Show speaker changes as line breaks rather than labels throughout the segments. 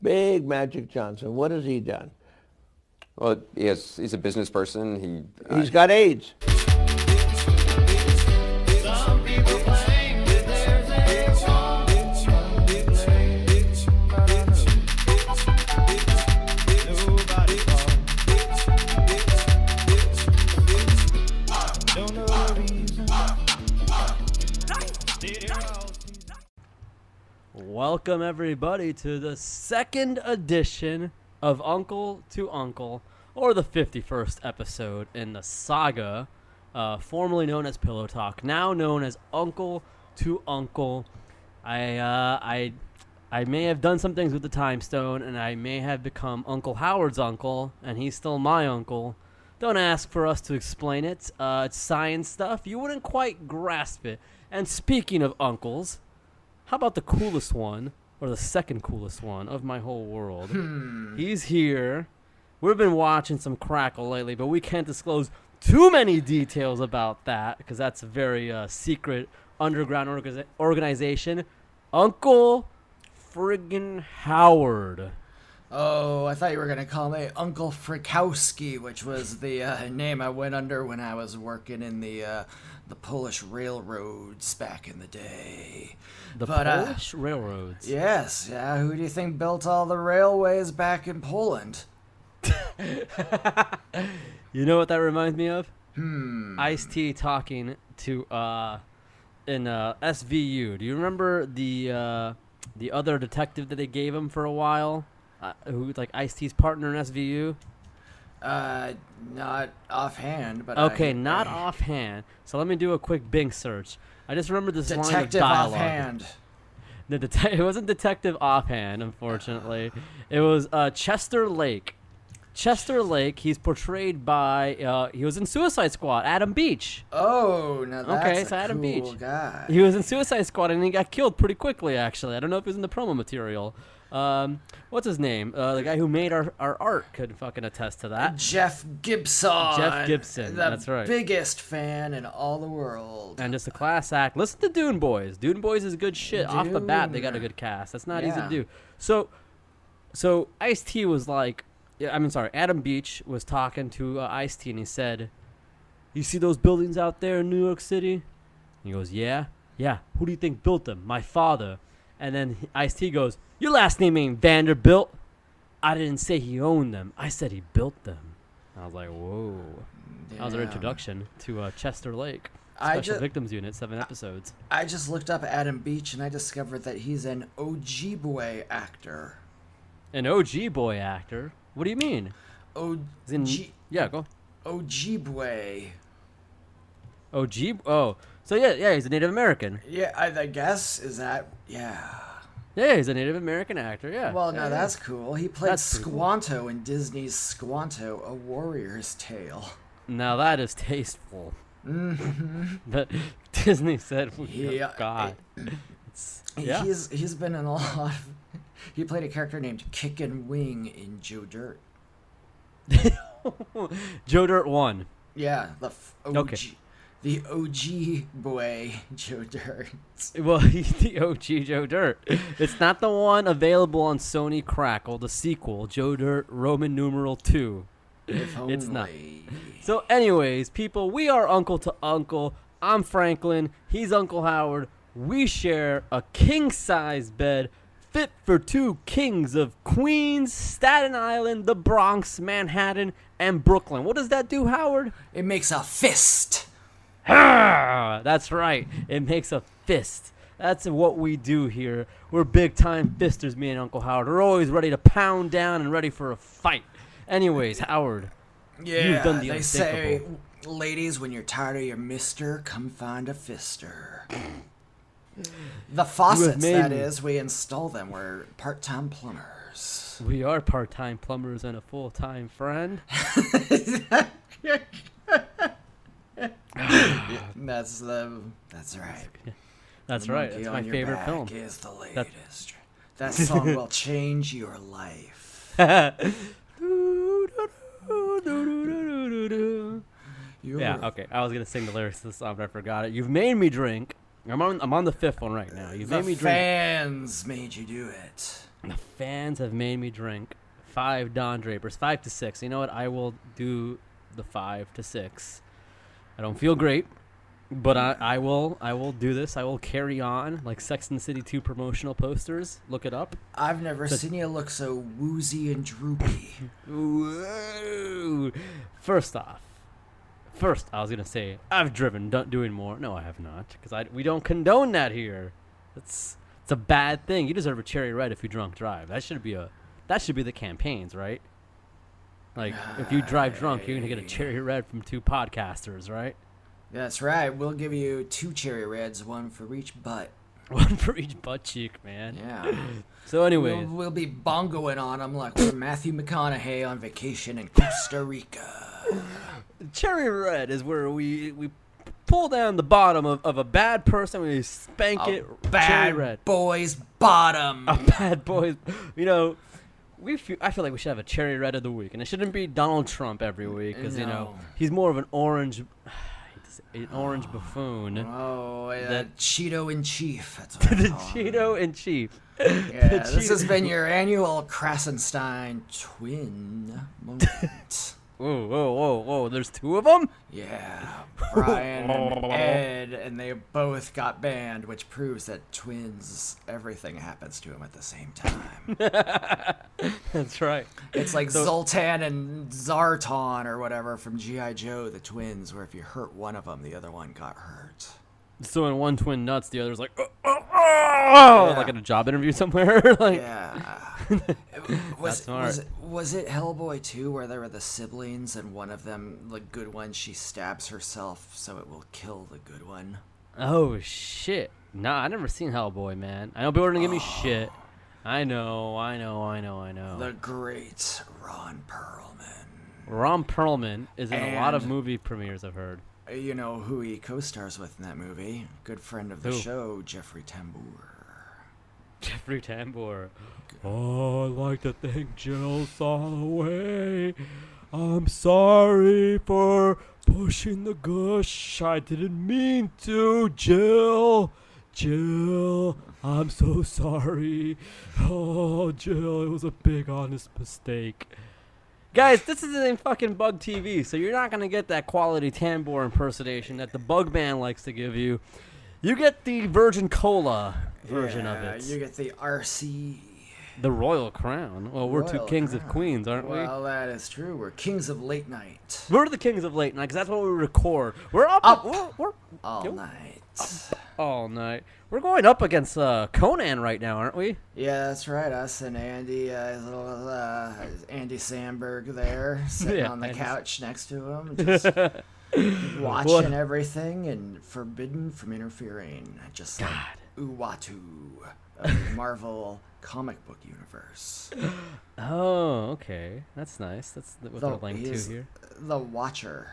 Big Magic Johnson. What has he done?
Well, he has, he's a business person. He,
He's got AIDS.
Welcome everybody to the second edition of Uncle to Uncle, or the 51st episode in the saga, uh, formerly known as Pillow Talk, now known as Uncle to Uncle. I uh, I I may have done some things with the time stone, and I may have become Uncle Howard's uncle, and he's still my uncle. Don't ask for us to explain it. Uh, it's science stuff. You wouldn't quite grasp it. And speaking of uncles, how about the coolest one, or the second coolest one of my whole world?
Hmm.
He's here. We've been watching some Crackle lately, but we can't disclose too many details about that because that's a very uh, secret underground orga- organization. Uncle friggin' Howard.
Oh, I thought you were gonna call me Uncle Frykowski, which was the uh, name I went under when I was working in the uh, the Polish railroads back in the day.
The
But, uh,
Polish railroads.
Yes, yeah. Who do you think built all the railways back in Poland?
You know what that reminds me of? Hmm. Ice T talking to uh in uh SVU. Do you remember the uh the other detective that they gave him for a while? Uh, who was, like Ice T's partner in SVU?
Uh, not offhand, but I-
Okay, not offhand. So let me do a quick Bing search. I just remember this line of
detective
dialogue.
offhand.
The detec- it wasn't detective offhand, unfortunately. It was uh, Chester Lake. Chester Lake. He's portrayed by uh, he was in Suicide Squad. Adam Beach.
Oh, now that's
Okay,
a
so Adam
cool
Beach.
guy.
He was in Suicide Squad and he got killed pretty quickly. Actually, I don't know if he was in the promo material. Um, what's his name? Uh, the guy who made our, our art could fucking attest to that.
Jeff Gibson.
uh, Jeff Gibson,
the
that's right.
Biggest fan in all the world.
And just a class act. Listen to Dune Boys. Dune Boys is good shit. Off the bat, they got a
Dune.
good cast. That's not easy to
Yeah.
do. So, so Ice T was like, yeah, I mean, sorry, Adam Beach was talking to uh, Ice T and he said, "You see those buildings out there in New York City?" He goes, "Yeah, yeah. Who do you think built them? My father." And then Ice T goes, "Your last name ain't Vanderbilt." I didn't say he owned them. I said he built them. I was like, "Whoa." That was our
Yeah.
introduction to uh, Chester Lake
I
Special
ju-
Victims Unit, seven episodes.
I just looked up Adam Beach and I discovered that he's an Ojibwe actor.
An OG boy actor. What do you mean?
O-
As in-
G-
yeah, go.
Ojibwe.
OG. Oh, so yeah, yeah, he's a Native American.
Yeah, I, I guess is that yeah.
Yeah, he's a Native American actor. Yeah.
Well,
Yeah,
now that's cool. He played
That's pretty cool.
Squanto in Disney's Squanto: A Warrior's Tale.
Now that is tasteful. but Disney said, oh,
Mm-hmm. Yeah, eh,
God. Yeah.
He's he's been in a lot. Of, he played a character named Kick and Wing in Joe Dirt.
Joe Dirt won.
Yeah, the f- OG,
Okay.
the OG boy Joe Dirt.
Well, he's the OG Joe Dirt. It's not the one available on Sony Crackle, the sequel, Joe Dirt Roman numeral 2.
If only.
It's not. So, anyways, people, we are uncle to uncle. I'm Franklin. He's Uncle Howard. We share a king size bed fit for two kings of Queens, Staten Island, the Bronx, Manhattan, and Brooklyn. What does that do, Howard?
It makes a fist.
Ah, that's right. It makes a fist. That's what we do here. We're big time fisters, me and Uncle Howard. We're always ready to pound down and ready for a fight. Anyways, Howard.
Yeah,
done the
they say,
unthinkable.
ladies, when you're tired of your mister, come find a fister. the faucets,
made
that
me.
is, we install them. We're part-time plumbers.
We are part time plumbers and a full time friend.
That's the. That's right.
That's
The
right.
monkey
That's
on
my
your
favorite
back
film.
Is the latest. That song will change your life. You
yeah,
were-
okay. I was gonna sing the lyrics to the song, but I forgot it. You've made me drink. I'm on. I'm on the fifth one right now. You've
The
made me drink.
fans made you do it.
The fans have made me drink five Don Drapers, five to six. You know what? I will do the five to six. I don't feel great, but I, I will. I will do this. I will carry on like Sex and the City two promotional posters. Look it up.
I've never seen you look so woozy and droopy.
Whoa. First off, first I was gonna say I've driven do- doing more. No, I have not, because I we don't condone that here. That's it's a bad thing. You deserve a cherry red if you drunk drive. That should be a that should be the campaigns, right? Like if you drive drunk, you're gonna get a cherry red from two podcasters, right?
That's right. We'll give you two cherry reds, one for each butt.
One for each butt cheek, man.
Yeah.
So
We'll,
anyways,
we'll be bongoing on them like we're Matthew McConaughey on vacation in Costa Rica.
cherry red is where we we pull down the bottom of, of a bad person. We spank it. cherry
Bad
red. Oh.
boys bottom.
a bad boy. You know, we. Feel, I feel like we should have a cherry red of the week, and it shouldn't be Donald Trump every week because you know
No.
he's more of an orange, I hate to say- an orange buffoon.
Oh, uh,
That-
Cheeto in chief. That's what
the
I call him.
Cheeto in chief.
Yeah,
the
this has
Cheeto-
been your annual Krasenstein twin moment.
Whoa, whoa, whoa, whoa! There's two of them.
yeah, Brian and Ed, and they both got banned, which proves that twins, everything happens to them at the same time.
That's right.
It's like Zoltan and Zartan or whatever from G.I. Joe, the twins, where if you hurt one of them, the other one got hurt.
So when one twin nuts, the other's like, oh, oh, oh,"
Yeah.
like at a job interview somewhere. like,
Yeah. was,
smart.
was, was it Hellboy 2 where there were the siblings and one of them, the good one, she stabs herself so it will kill the good one?
oh shit! Nah, I never seen Hellboy, man. I know people are gonna give me shit. I know, I know, I know, I know.
The great Ron Perlman.
Ron Perlman is in a lot of
And-
movie premieres I've heard.
You know who he co stars with in that movie? Good friend of the
Who?
show, Jeffrey Tambor.
Jeffrey Tambor. Oh, I'd like to thank Jill Soloway. I'm sorry for pushing the gush. I didn't mean to, Jill. Jill, I'm so sorry. Oh, Jill, it was a big honest mistake. Guys, this is in fucking Bug TV, so you're not gonna get that quality Tambor impersonation that the Bug Man likes to give you. You get the Virgin Cola version
Yeah,
of it.
You get the RC.
The Royal Crown. Well, we're two
Royal
kings of
Crown.
queens, aren't we?
Well, that is true. We're kings of late night.
We're the kings of late night because that's what we record. We're up,
Up.
We're, we're
All
Yep.
night.
all night. We're going up against uh, Conan right now, aren't we?
Yeah, that's right. Us and Andy, uh, uh, Andy Sandberg there, sitting
Yeah,
on the
Andy Sa-
couch next to him, just watching
What?
everything and forbidden from interfering. Just like
God.
Uatu of the Marvel comic book universe.
Oh, okay. That's nice. That's th- what
The-
they're linked
he's
to here.
The Watcher.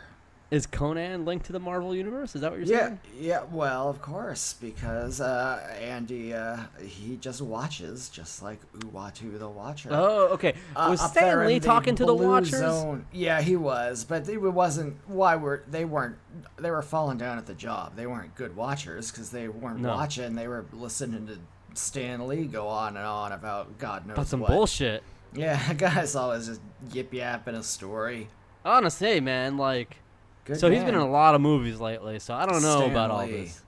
Is Conan linked to the Marvel universe? Is that what you're
Yeah,
saying?
yeah. Well, of course, because uh, Andy uh, he just watches, just like Uatu the Watcher.
Oh, okay.
uh,
Was
up there
Stan
in
Lee talking to the
blue
Watchers?
zone. Yeah, he was, but it wasn't. Why were they weren't? They were falling down at the job. They weren't good watchers because they weren't
No.
watching. They were listening to Stan Lee go on and on about God knows
But some
what.
bullshit.
Yeah, guys always just yip yapping a story.
Honestly, man, like.
Good
so he's been in
man.
a lot of movies lately, so I don't know about all
Stanley.
this.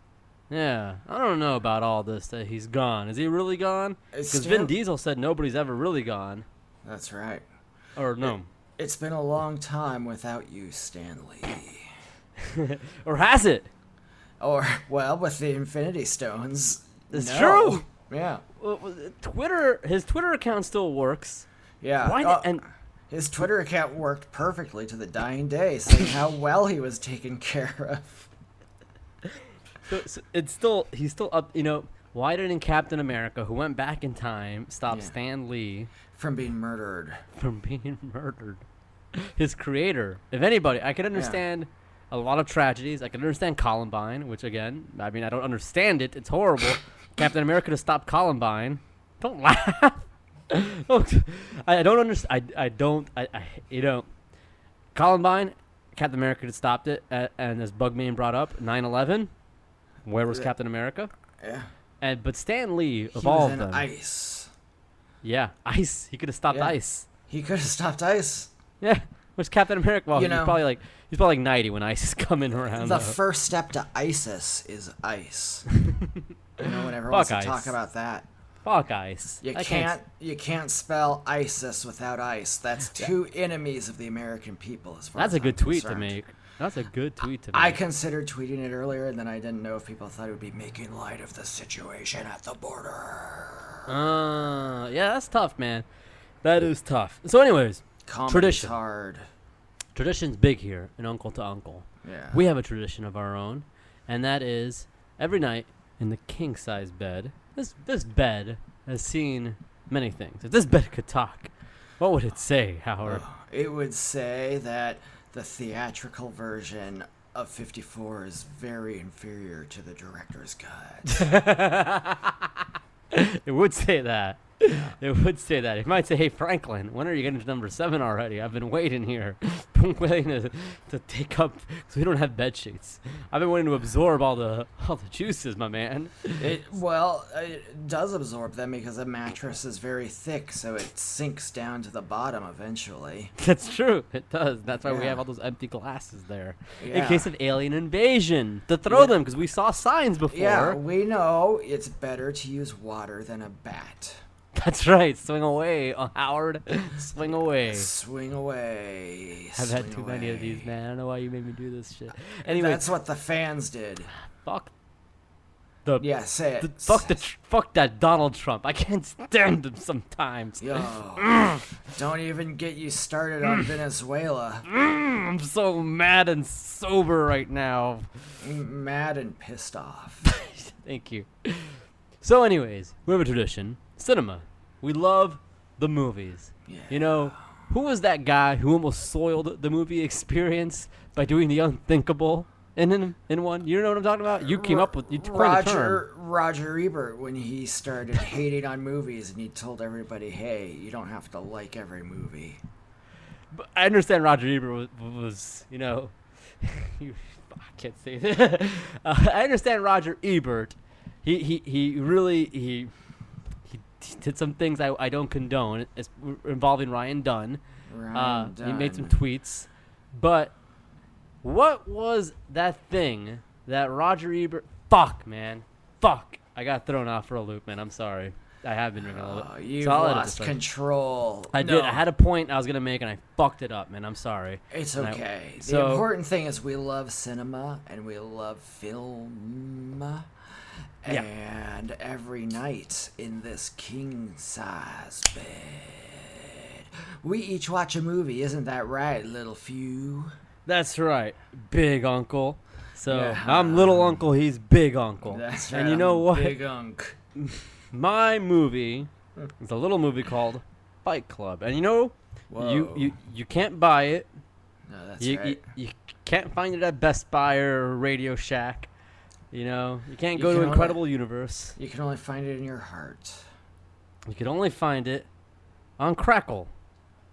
Yeah, I don't know about all this that he's gone. Is he really gone?
It's
Because Vin
Stan-
Diesel said nobody's ever really gone.
That's right.
Or no.
It's been a long time without you, Stanley.
Or has it?
Or well, with the Infinity Stones.
It's
no.
true.
Yeah.
Well, well, Twitter, his Twitter account still works.
Yeah.
Why?
oh.
did and
His Twitter account worked perfectly to the dying day, saying how well he was taken care of.
so, so it's still he's still up. You know, why didn't Captain America, who went back in time, stop
Yeah.
Stan Lee
From being murdered.
from being murdered? His creator, if anybody, I can understand a lot of tragedies. I can understand Columbine, which again, I mean, I don't understand it. It's horrible. Captain America to stop Columbine. Don't laugh. Don't- I I don't understand. I, I don't. I, I you know, Columbine, Captain America had stopped it, a- and as Bugman brought up, 9/11. Where was Captain America?
Yeah.
And but Stan Lee
He
of all
was
of
in
them,
ice.
Yeah, ice. He could have stopped
Yeah.
ice.
He could have stopped ice.
Yeah, which Captain America. Well,
You
he's
know-
probably like he's probably like ninety when ice is coming around.
the
though.
first step to ISIS is ice. you know, whenever
Fuck
wants to
ice.
talk about that,
Fuck ice.
you
I
can't, you can't spell ISIS without ice. That's two enemies of the American people. As far
That's
as
a good
I'm
tweet
concerned.
to make. That's a good tweet to make.
I considered tweeting it earlier, and then I didn't know if people thought it would be making light of the situation at the border.
Uh, yeah, that's tough, man. That is tough. So, anyways,
Comedy's
Tradition.
hard.
tradition's big here in Uncle to Uncle.
Yeah.
We have a tradition of our own, and that is every night in the king size bed. This this bed has seen many things. If this bed could talk, what would it say, Howard?
It would say that the theatrical version of 54 is very inferior to the director's cut.
It would say that. It would say that. It might say, "Hey Franklin, when are you getting to number seven already? I've been waiting here, been waiting to, to take up because we don't have bed sheets. I've been waiting to absorb all the all the juices, my man.
it, well, it does absorb them because the mattress is very thick, so it sinks down to the bottom eventually.
That's true. It does. That's why we
Yeah.
have all those empty glasses there in
Yeah.
case of alien invasion to throw them 'cause
Yeah.
them because we saw signs before.
Yeah, we know it's better to use water than a bat.
That's right. Swing away, uh, Howard. Swing away.
Swing away.
I've had
swing
too many of these,
away.
man. I don't know why you made me do this shit. Anyway,
That's what the fans did.
fuck the
Yeah, say it.
The, fuck the tr- fuck that Donald Trump. I can't stand him sometimes.
Yo, don't even get you started
Mm.
on Venezuela.
I'm so mad and sober right now.
mad and pissed off.
Thank you. So, anyways, we have a tradition. Cinema. We love the movies. You know, who was that guy who almost soiled the movie experience by doing the unthinkable in in, in one? You know what I'm talking about? You came up with you coined the term.
Roger Roger Ebert when he started hating on movies and he told everybody, "Hey, you don't have to like every movie."
But I understand Roger Ebert was, was you know, you, I can't say that. Uh, I understand Roger Ebert. He he he really he he t- did some things I, I don't condone as, involving Ryan Dunn. Uh,
Ryan
He made some
Dunn.
tweets, but what was that thing that Roger Ebert? Fuck, man, fuck! I got thrown off for a loop, man. I'm sorry. I have been drinking a little.
Oh, you
so I'll edit
lost
this later.
control.
I
No,
did. I had a point I was gonna make, and I fucked it up, man. I'm sorry.
It's
And I-
okay.
so-
the important thing is we love cinema and we love film.
Yeah.
And every night in this king size bed, we each watch a movie. Isn't that right, little few?
That's right, big uncle. So
Yeah.
I'm little uncle. He's big uncle.
That's
And you know
I'm
what?
Big unk.
My movie is a little movie called Fight Club, and you know, you,
Whoa.
you you can't buy it.
No, that's
You,
right.
you you can't find it at Best Buy or Radio Shack. You know, you can't
You
go
can
to
only-
Incredible Universe.
You can only find it in your heart.
You could only find it on Crackle.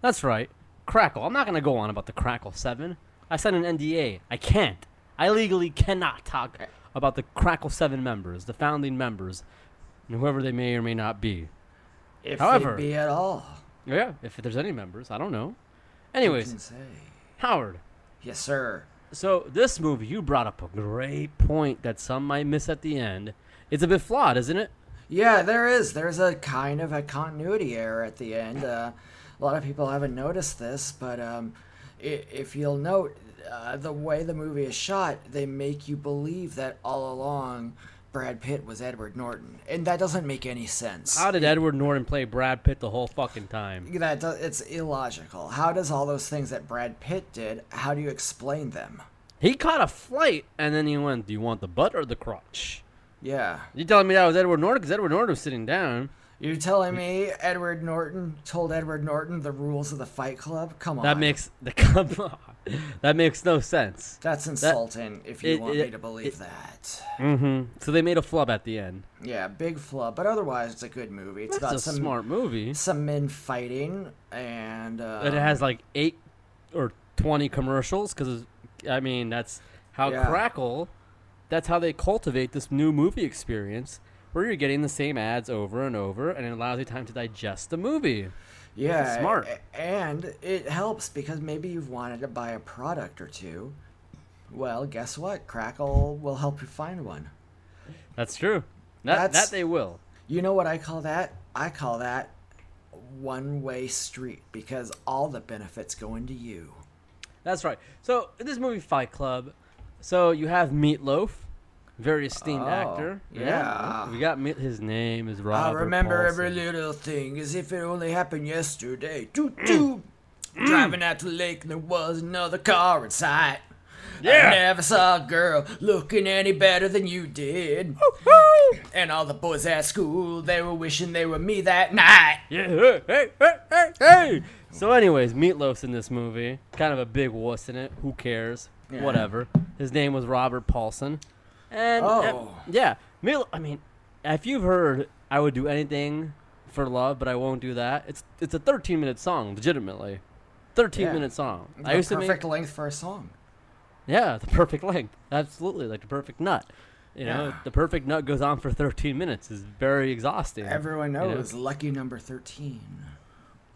That's right, Crackle. I'm not gonna go on about the Crackle Seven. I signed an NDA. I can't. I legally cannot talk about the Crackle Seven members, the founding members, and whoever they may or may not be.
If they'd
However-
be at all.
Yeah, if there's any members, I don't know.
you
Anyways,
can say.
Howard.
Yes, sir.
So this movie, you brought up a great point that some might miss at the end. It's a bit flawed, isn't it?
Yeah, there is. There's a kind of a continuity error at the end. Uh, a lot of people haven't noticed this, but um, i if you'll note, uh, the way the movie is shot, they make you believe that all along Brad Pitt was Edward Norton, and that doesn't make any sense.
How did Edward Norton play Brad Pitt the whole fucking time?
that do- it's illogical. How does all those things that Brad Pitt did? How do you explain them?
He caught a flight, and then he went, "Do you want the butt or the crotch?"
Yeah.
You telling me that was Edward Norton? Because Edward Norton was sitting down.
You're telling me Edward Norton told Edward Norton the rules of the Fight Club? Come on.
That makes the come on. That makes no sense.
That's insulting if you
it-
want
it-
me to believe that.
hmm So they made a flub at the end.
Yeah, big flub, but otherwise it's a good movie. It's
That's
got
a
some
smart movie.
some men fighting and uh
That it has like eight or twenty commercials because I mean that's how
Yeah.
Crackle, that's how they cultivate this new movie experience where you're getting the same ads over and over, and it allows you time to digest the movie.
Yeah,
Smart.
a- And it helps because maybe you've wanted to buy a product or two. Well, guess what? Crackle will help you find one.
That's true. That,
That's-
that they will.
You know what I call that? I call that one way street because all the benefits go into you.
That's right. So in this movie Fight Club, so you have Meatloaf, very esteemed
Oh,
actor.
yeah.
we got Meat. His name is
I
Robert.
remember
Paulson.
every little thing as if it only happened yesterday.
Mm.
Toot toot. Driving out to the lake, and there was another car in sight. I
Yeah.
never saw a girl looking any better than you did. And all the boys at school, they were wishing they were me that night.
Yeah. Hey, hey, hey, hey, hey. So, anyways, Meatloaf's in this movie. Kind of a big wuss in it. Who cares?
Yeah.
Whatever. His name was Robert Paulson. And
Oh.
and- yeah, Meatloaf. I mean, if you've heard, I would do anything for love, but I won't do that. It's it's a 13 minute song, legitimately. 13
Yeah.
minute song.
The
I used to make
perfect length for a song.
Yeah, the perfect length. Absolutely, like the perfect nut. You know,
Yeah.
the perfect nut goes on for 13 minutes. is very exhausting.
Everyone
you know?
knows lucky number 13.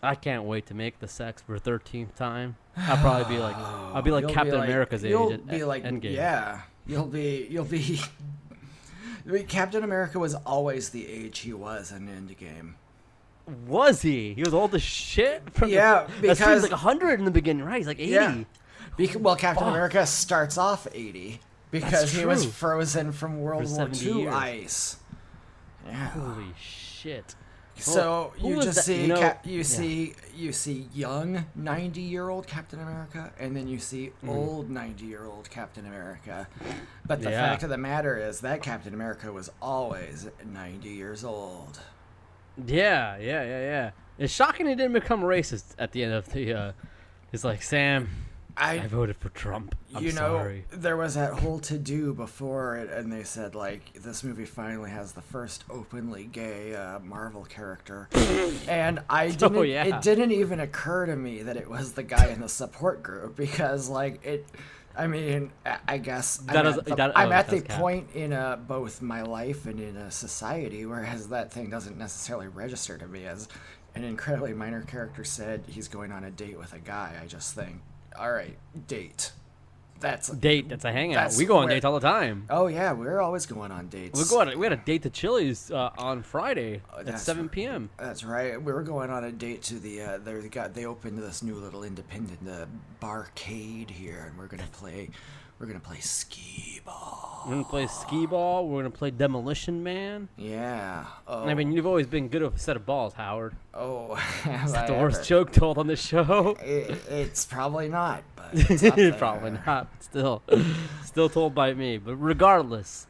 I can't wait to make the sex for 13th time. I'll probably be like, I'll be like
You'll
Captain America's age
you'll
at,
be
at
like,
Endgame.
Yeah. You'll be you'll be I mean, Captain America was always the age he was in Endgame.
Was he? He was old as shit. From the-
Yeah,
that's true, he was
because- like
like 100 in the beginning, right? He's like 80.
Yeah. Bec- well, Captain
Fuck.
America starts off 80 because he was
true.
frozen from World
For
War
70
II
years.
ice. Yeah.
Holy shit.
So
Who
you
was
just
that-
see
you know-
Cap- you
yeah.
see you see young 90-year-old Captain America and then you see
Mm-hmm.
old 90-year-old Captain America. But the
Yeah.
fact of the matter is that Captain America was always 90 years old.
Yeah, yeah, yeah, yeah. It's shocking he didn't become racist at the end of the. Uh, he's like, Sam,
I
I voted for Trump. I'm
you know
sorry.
there was that whole to do before it and they said like this movie finally has the first openly gay uh, marvel character and i didn't
Oh, yeah.
it didn't even occur to me that it was the guy in the support group because like it i mean i I guess
That
i'm
is-
at the,
that-
I'm
oh,
at the
that's cap.
point in uh, both my life and in a society whereas that thing doesn't necessarily register to me as an incredibly minor character said he's going on a date with a guy i just think all right date that's
Date, that's a hangout.
That's
we go on
where-
dates all the time.
Oh yeah, we're always going on dates.
We go on. a- We had a date to Chili's uh, on Friday at
Oh, that's
seven
right.
p.m.
That's right. We were going on a date to the. Uh, they got they opened this new little independent uh, barcade here, and we're gonna play. We're gonna play skee ball.
We're gonna play skee ball. We're gonna play Demolition Man.
Yeah. Oh.
I mean, you've always been good with a set of balls, Howard.
oh. have I
The worst
ever.
joke told on this show.
It, it's probably not, but it's up there.
Probably not. but Still, still told by me. But regardless,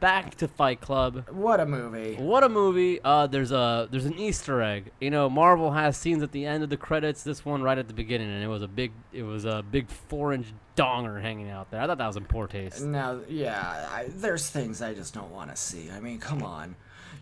back to Fight Club.
What a movie!
What a movie! Uh, there's a there's an Easter egg. You know, Marvel has scenes at the end of the credits. This one right at the beginning, and it was a big it was a big four inch donger hanging out there. I thought that was in poor taste.
Now, yeah, I, there's things I just don't want to see. I mean, come on.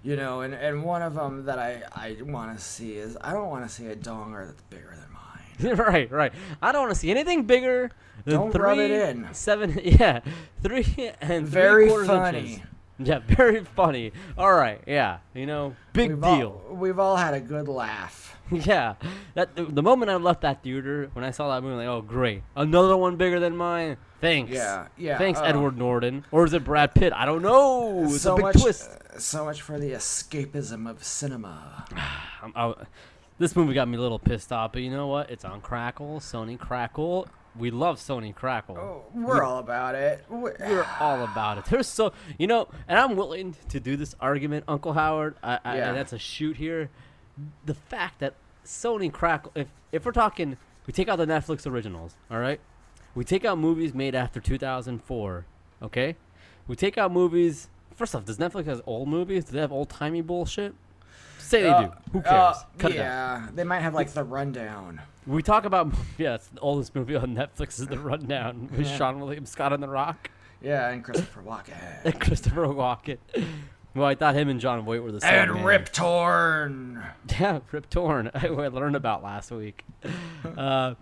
You know, and, and one of them that I, I want to see is I don't want to see a donger that's bigger than mine.
right, right. I don't want to see anything bigger than
Don't
three,
rub it in.
seven, yeah, three and
Very
three quarters
funny.
inches. Yeah, very funny. All right, yeah, you know, big
We've
deal.
All, we've all had a good laugh.
yeah, that the, the moment I left that theater when I saw that movie, like, oh great, another one bigger than mine. Thanks.
Yeah, yeah,
Thanks,
uh,
Edward Norton, or is it Brad Pitt? I don't know. It's
so
a big
much,
twist.
so much for the escapism of cinema.
I'm, I, this movie got me a little pissed off, but you know what? It's on Crackle, Sony Crackle. We love Sony Crackle.
Oh, we're all about it. We're-
We're all about it. There's so you know, and I'm willing to do this argument, Uncle Howard. I, I,
Yeah.
And that's a shoot here. The fact that Sony Crackle, if if we're talking, we take out the Netflix originals, all right. We take out movies made after 2004, okay. We take out movies. First off, does Netflix has old movies? Do they have old timey bullshit? Say they
Uh,
do. Who
uh,
cares? Cut it out.
yeah, they might have like the rundown.
We talk about yeah, it's the oldest movie on Netflix is The Rundown with
Yeah.
Sean William Scott and The Rock.
Yeah, and Christopher Walken
and Christopher Walken. Well, I thought him and John Voight were the same.
and
man.
Rip Torn.
Yeah, Rip Torn, who I learned about last week. Uh,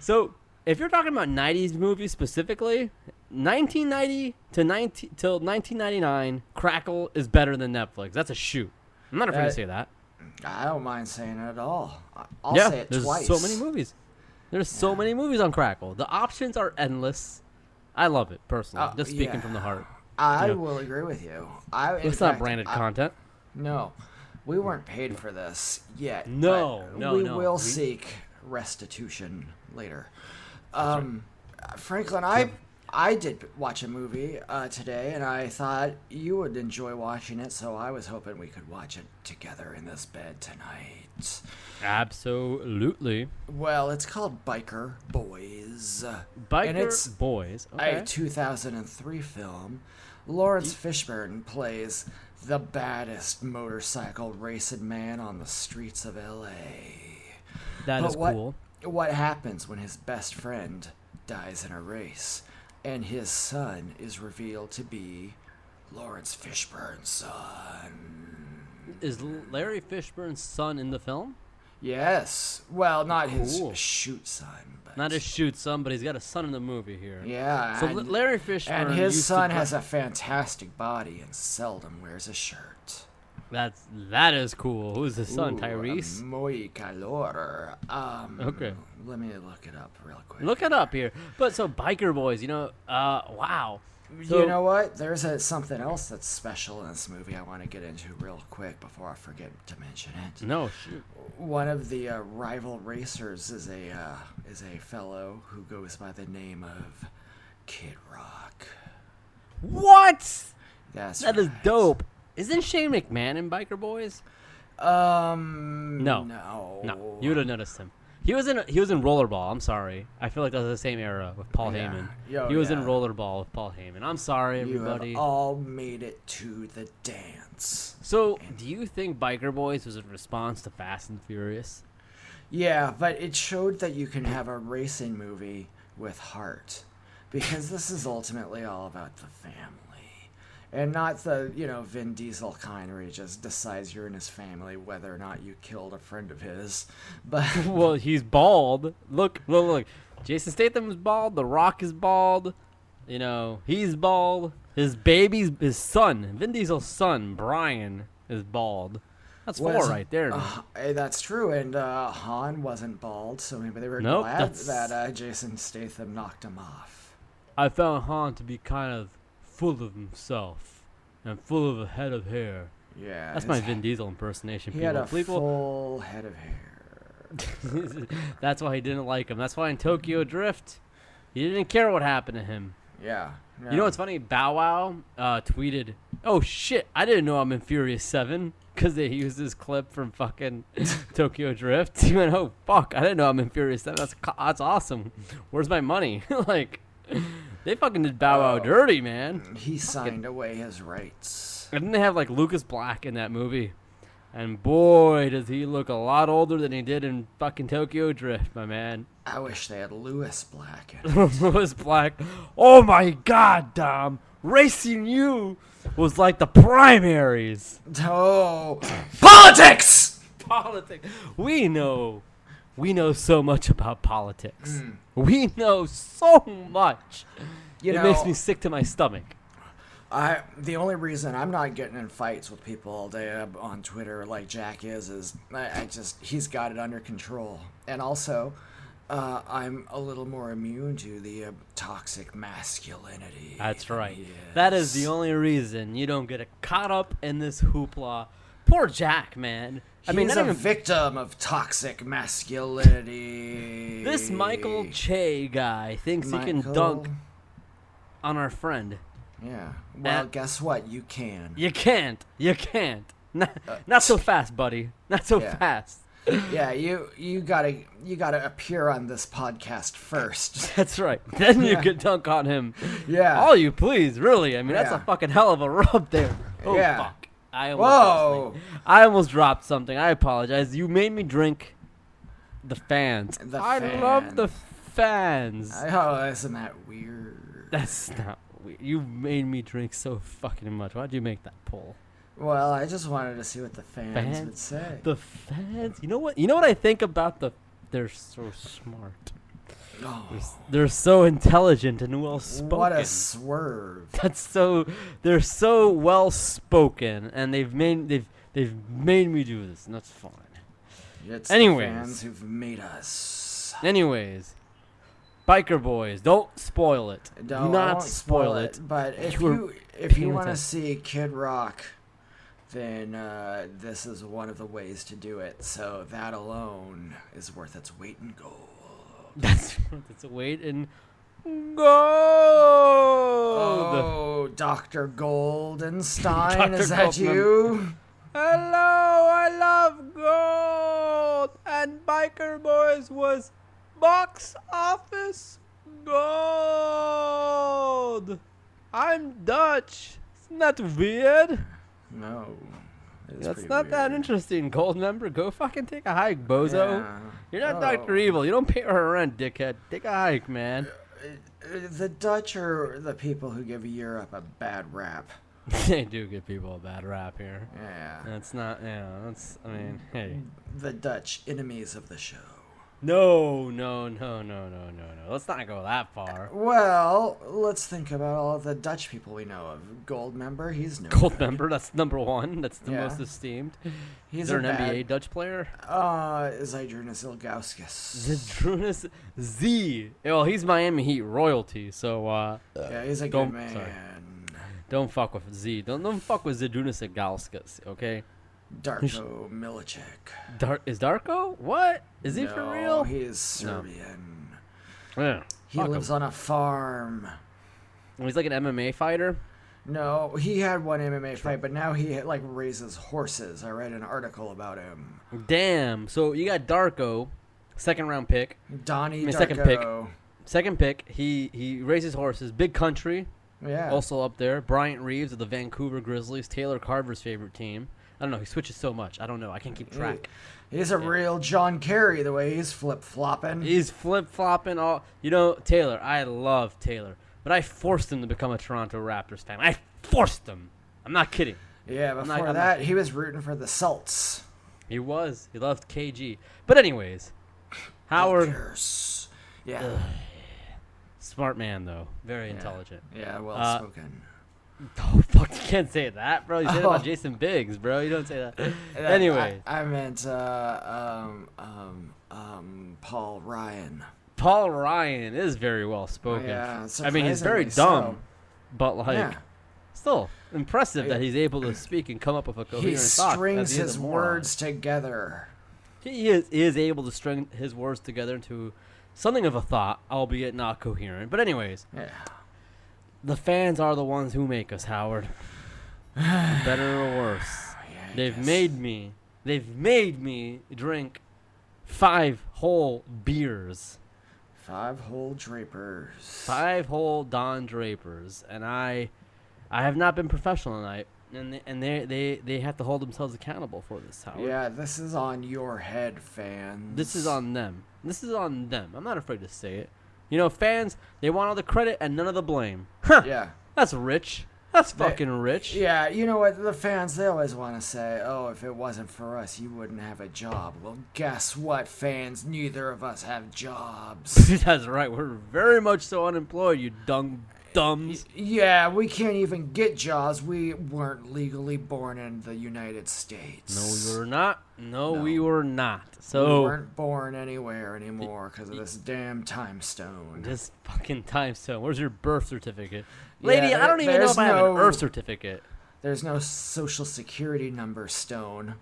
so, if you're talking about 90s movies specifically, 1990 to 19 till 1999, Crackle is better than Netflix. That's a shoot. I'm not afraid
Uh,
to say that.
I don't mind saying it at all. I- I'll
yeah,
say it
there's
twice.
so many movies. There's so many movies on Crackle. The options are endless. I love it personally.
Oh,
just speaking
yeah.
from the heart.
I
Yeah.
will agree with you. I in
It's not
fact,
branded
I-
content.
No, we weren't paid for this yet.
No,
but
no,
we
no,
will
we-
seek restitution later. Um, uh, Franklin, I I did watch a movie uh, today, and I thought you would enjoy watching it, so I was hoping we could watch it together in this bed tonight.
Absolutely.
Well, it's called Biker Boys.
Biker
and it's
Boys. Okay.
a 2003 film, Lawrence Fishburne plays the baddest motorcycle racing man on the streets of LA.
that
But
is
what,
cool.
What happens when his best friend dies in a race and his son is revealed to be Lawrence Fishburne's son?
Is Larry Fishburne's son in the film?
Yes. Well, not his
Cool.
shoot son, but
Not to shoot son, but he's got a son in the movie here.
yeah.
So
and-
L- Larry Fishburne
and his
used to,
son
dri-
has a fantastic body and seldom wears a shirt.
That's that is cool. Who's his son?
Ooh, mm.
Tyrese.
Muy calor. Um,
Okay.
Let me look it up real quick.
Look it up here. But so biker boys, you know, uh, wow. So-
you know what? There's a, something else that's special in this movie I want to get into real quick before I forget to mention it.
No shoot.
One of the uh, rival racers is a uh, is a fellow who goes by the name of Kid Rock.
What?
That's
That is
right.
dope. Isn't Shane McMahon in Biker Boys?
Um.
No.
No.
No, you would have noticed him. He was in he was in Rollerball. I'm sorry. I feel like that was the same era with Paul
Yeah.
Heyman.
Yo,
he was in
yeah.
Rollerball with Paul Heyman. I'm sorry,
You have
everybody.
all made it to the dance.
So, do you think Biker Boys was a response to Fast and Furious?
Yeah, but it showed that you can have a racing movie with heart. Because this is ultimately all about the family. And not the, you know, Vin Diesel kind where he just decides you're in his family whether or not you killed a friend of his. But
Well, he's bald. Look, look, look. Jason Statham is bald. The Rock is bald. You know, he's bald. His baby's his son, Vin Diesel's son, Brian, is bald. That's
was-
four right there. man.
uh, eh, that's true. And uh, Han wasn't bald, so maybe they were
Nope,
glad
that's-
that uh, Jason Statham knocked him off.
I found Han to be kind of full of himself and full of a head of hair.
Yeah.
That's
his
my
he-
Vin Diesel impersonation.
He had
people.
a
People-
full head of hair.
That's why he didn't like him. That's why in Tokyo Drift, he didn't care what happened to him.
Yeah.
You know
yeah.
what's funny? Bow Wow uh, tweeted, "Oh shit, I didn't know I'm in Furious 7 because they used this clip from fucking Tokyo Drift." He went, "Oh fuck, I didn't know I'm in Furious 7. That's co- that's awesome. Where's my money?" like, they fucking did Bow Wow
Oh.
dirty, man.
He signed away his rights.
And then they have like Lucas Black in that movie. And boy, does he look a lot older than he did in fucking Tokyo Drift, my man.
I wish they had Lewis Black in it.
Lewis Black. Oh my God, Dom! Racing you was like the primaries.
No. Politics!
Politics. We know, we know so much about politics.
Hmm.
We know so much.
You
it
know,
makes me sick to my stomach.
I, the only reason I'm not getting in fights with people all day up on Twitter like Jack is, is I, I just, he's got it under control. And also, uh, I'm a little more immune to the uh, toxic masculinity.
That's
than
right.
he
That is the only reason you don't get caught up in this hoopla. Poor Jack, man. I mean,
he's
not
a
even
victim of toxic masculinity.
this Michael Che guy thinks he can dunk
Michael-
on our friend.
Yeah. Well,
Uh,
guess what? You can.
You can't. You can't. Not, not so fast, buddy. Not so
Yeah.
fast.
Yeah, you you gotta you gotta appear on this podcast first.
That's right. Then you can dunk on him.
Yeah.
All you please, really. I mean, that's
Yeah.
a fucking hell of a rub there. Oh,
Yeah.
fuck. I almost
Whoa!
dropped something. I almost dropped something. I apologize. You made me drink the fans.
The
I love the fans.
Oh, isn't that weird?
That's not weird. You made me drink so fucking much. Why'd you make that poll?
Well, I just wanted to see what the fans,
Fans?
would say.
The fans. You know what? You know what I think about the. They're so smart. They're so intelligent and well spoken.
Oh, What a swerve.
That's so. They're so well spoken, and they've made they've they've made me do this, and that's fine.
It's
Anyways.
the fans who've made us.
Anyways, biker boys, don't spoil it. do
Don't, I
not
won't
spoil it.
But if
were
you if you
paying
want to
attention.
see Kid Rock, then uh, this is one of the ways to do it. So that alone is worth its weight in gold.
That's that's a wait and go.
Oh, Doctor Goldenstein, is
Dr.
that
Goldman.
you?
Hello, I love gold, and biker boys was box office gold. I'm Dutch. Isn't that weird?
No, it is
That's
pretty
not that
weird.
interesting, gold member. Go fucking take a hike, bozo.
Yeah.
You're not
Oh.
Dr. Evil. You don't pay her rent, dickhead. Take a hike, man.
Uh, The Dutch are the people who give Europe a bad rap.
they do give people a bad rap here.
Yeah.
That's not, yeah, that's, I mean, hey.
The Dutch enemies of the show.
No, no, no, no, no, no, no. Let's not go that far.
Well, let's think about all the Dutch people we know of. Goldmember, he's no
Gold
good.
member, that's number one. That's the
Yeah.
most esteemed.
He's
Is there
a
an
bad,
NBA Dutch player?
Uh, Zydrunas Ilgauskas.
Zydrunas Z. Well, he's Miami Heat royalty, so uh,
Yeah, he's a good
Don't-
man.
sorry. don't fuck with Z. Don't don't fuck with Zydrunas Agauskas, okay?
Darko Milicic.
Dar- is Darko? What? Is he for
No,
real?
He is Serbian.
yeah.
He
fuck him.
lives on a farm.
He's like an MMA fighter.
No, he had one MMA fight, but now he like raises horses. I read an article about him.
Damn. So you got Darko, second round pick.
Donnie
My
Darko.
second pick. Second pick, he he raises horses. Big Country,
Yeah.
also up there. Bryant Reeves of the Vancouver Grizzlies. Taylor Carver's favorite team. I don't know. He switches so much. I don't know. I can't keep track.
He's a real John Kerry the way he's flip flopping.
He's flip flopping all. You know, Taylor. I love Taylor, but I forced him to become a Toronto Raptors fan. I forced him. I'm not kidding.
Yeah,
not-
before
I'm
that, he was rooting for the Celts.
He was. He loved KG. But anyways, Howard,
Yes. Yeah.
smart man though, very intelligent.
Yeah, well
Uh,
spoken.
Oh fuck! You can't say that, bro. You said it
Oh.
about Jason Biggs, bro. You don't say that.
And I-
anyway,
I, I meant uh, um, um, um, Paul Ryan.
Paul Ryan is very well spoken.
Yeah,
I mean, he's very
surprisingly
dumb,
so.
but like,
yeah.
still impressive that he's able to speak and come up with a
He
coherent thought.
strings
as he is a
his
moron.
words together.
He is, he is able to string his words together into something of a thought, albeit not coherent. But anyways,
Yeah.
the fans are the ones who make us, Howard. Better or worse.
Yeah, I
They've
guess.
made me. They've made me drink five whole beers,
five whole drapers.
five whole Don Drapers, and I, I have not been professional tonight, and they, and they they they have to hold themselves accountable for this. Howard.
Yeah, this is on your head, fans.
This is on them. This is on them. I'm not afraid to say it. You know, fans, they want all the credit and none of the blame. Huh.
Yeah.
That's rich. That's fucking rich.
Yeah, you know what? The fans, they always want to say, oh, if it wasn't for us, you wouldn't have a job. Well, guess what, fans? Neither of us have jobs.
That's right. We're very much so unemployed, you dumb dumbs.
yeah, we can't even get jobs. We weren't legally born in the United States.
No, we were not. No, we
No.
were not.
We
So
weren't born anywhere anymore because of this damn time stone.
this fucking time stone. Where's your birth certificate? Lady, I
there-
don't even know
there's
if I have an
no-
birth certificate.
There's no social security number stone.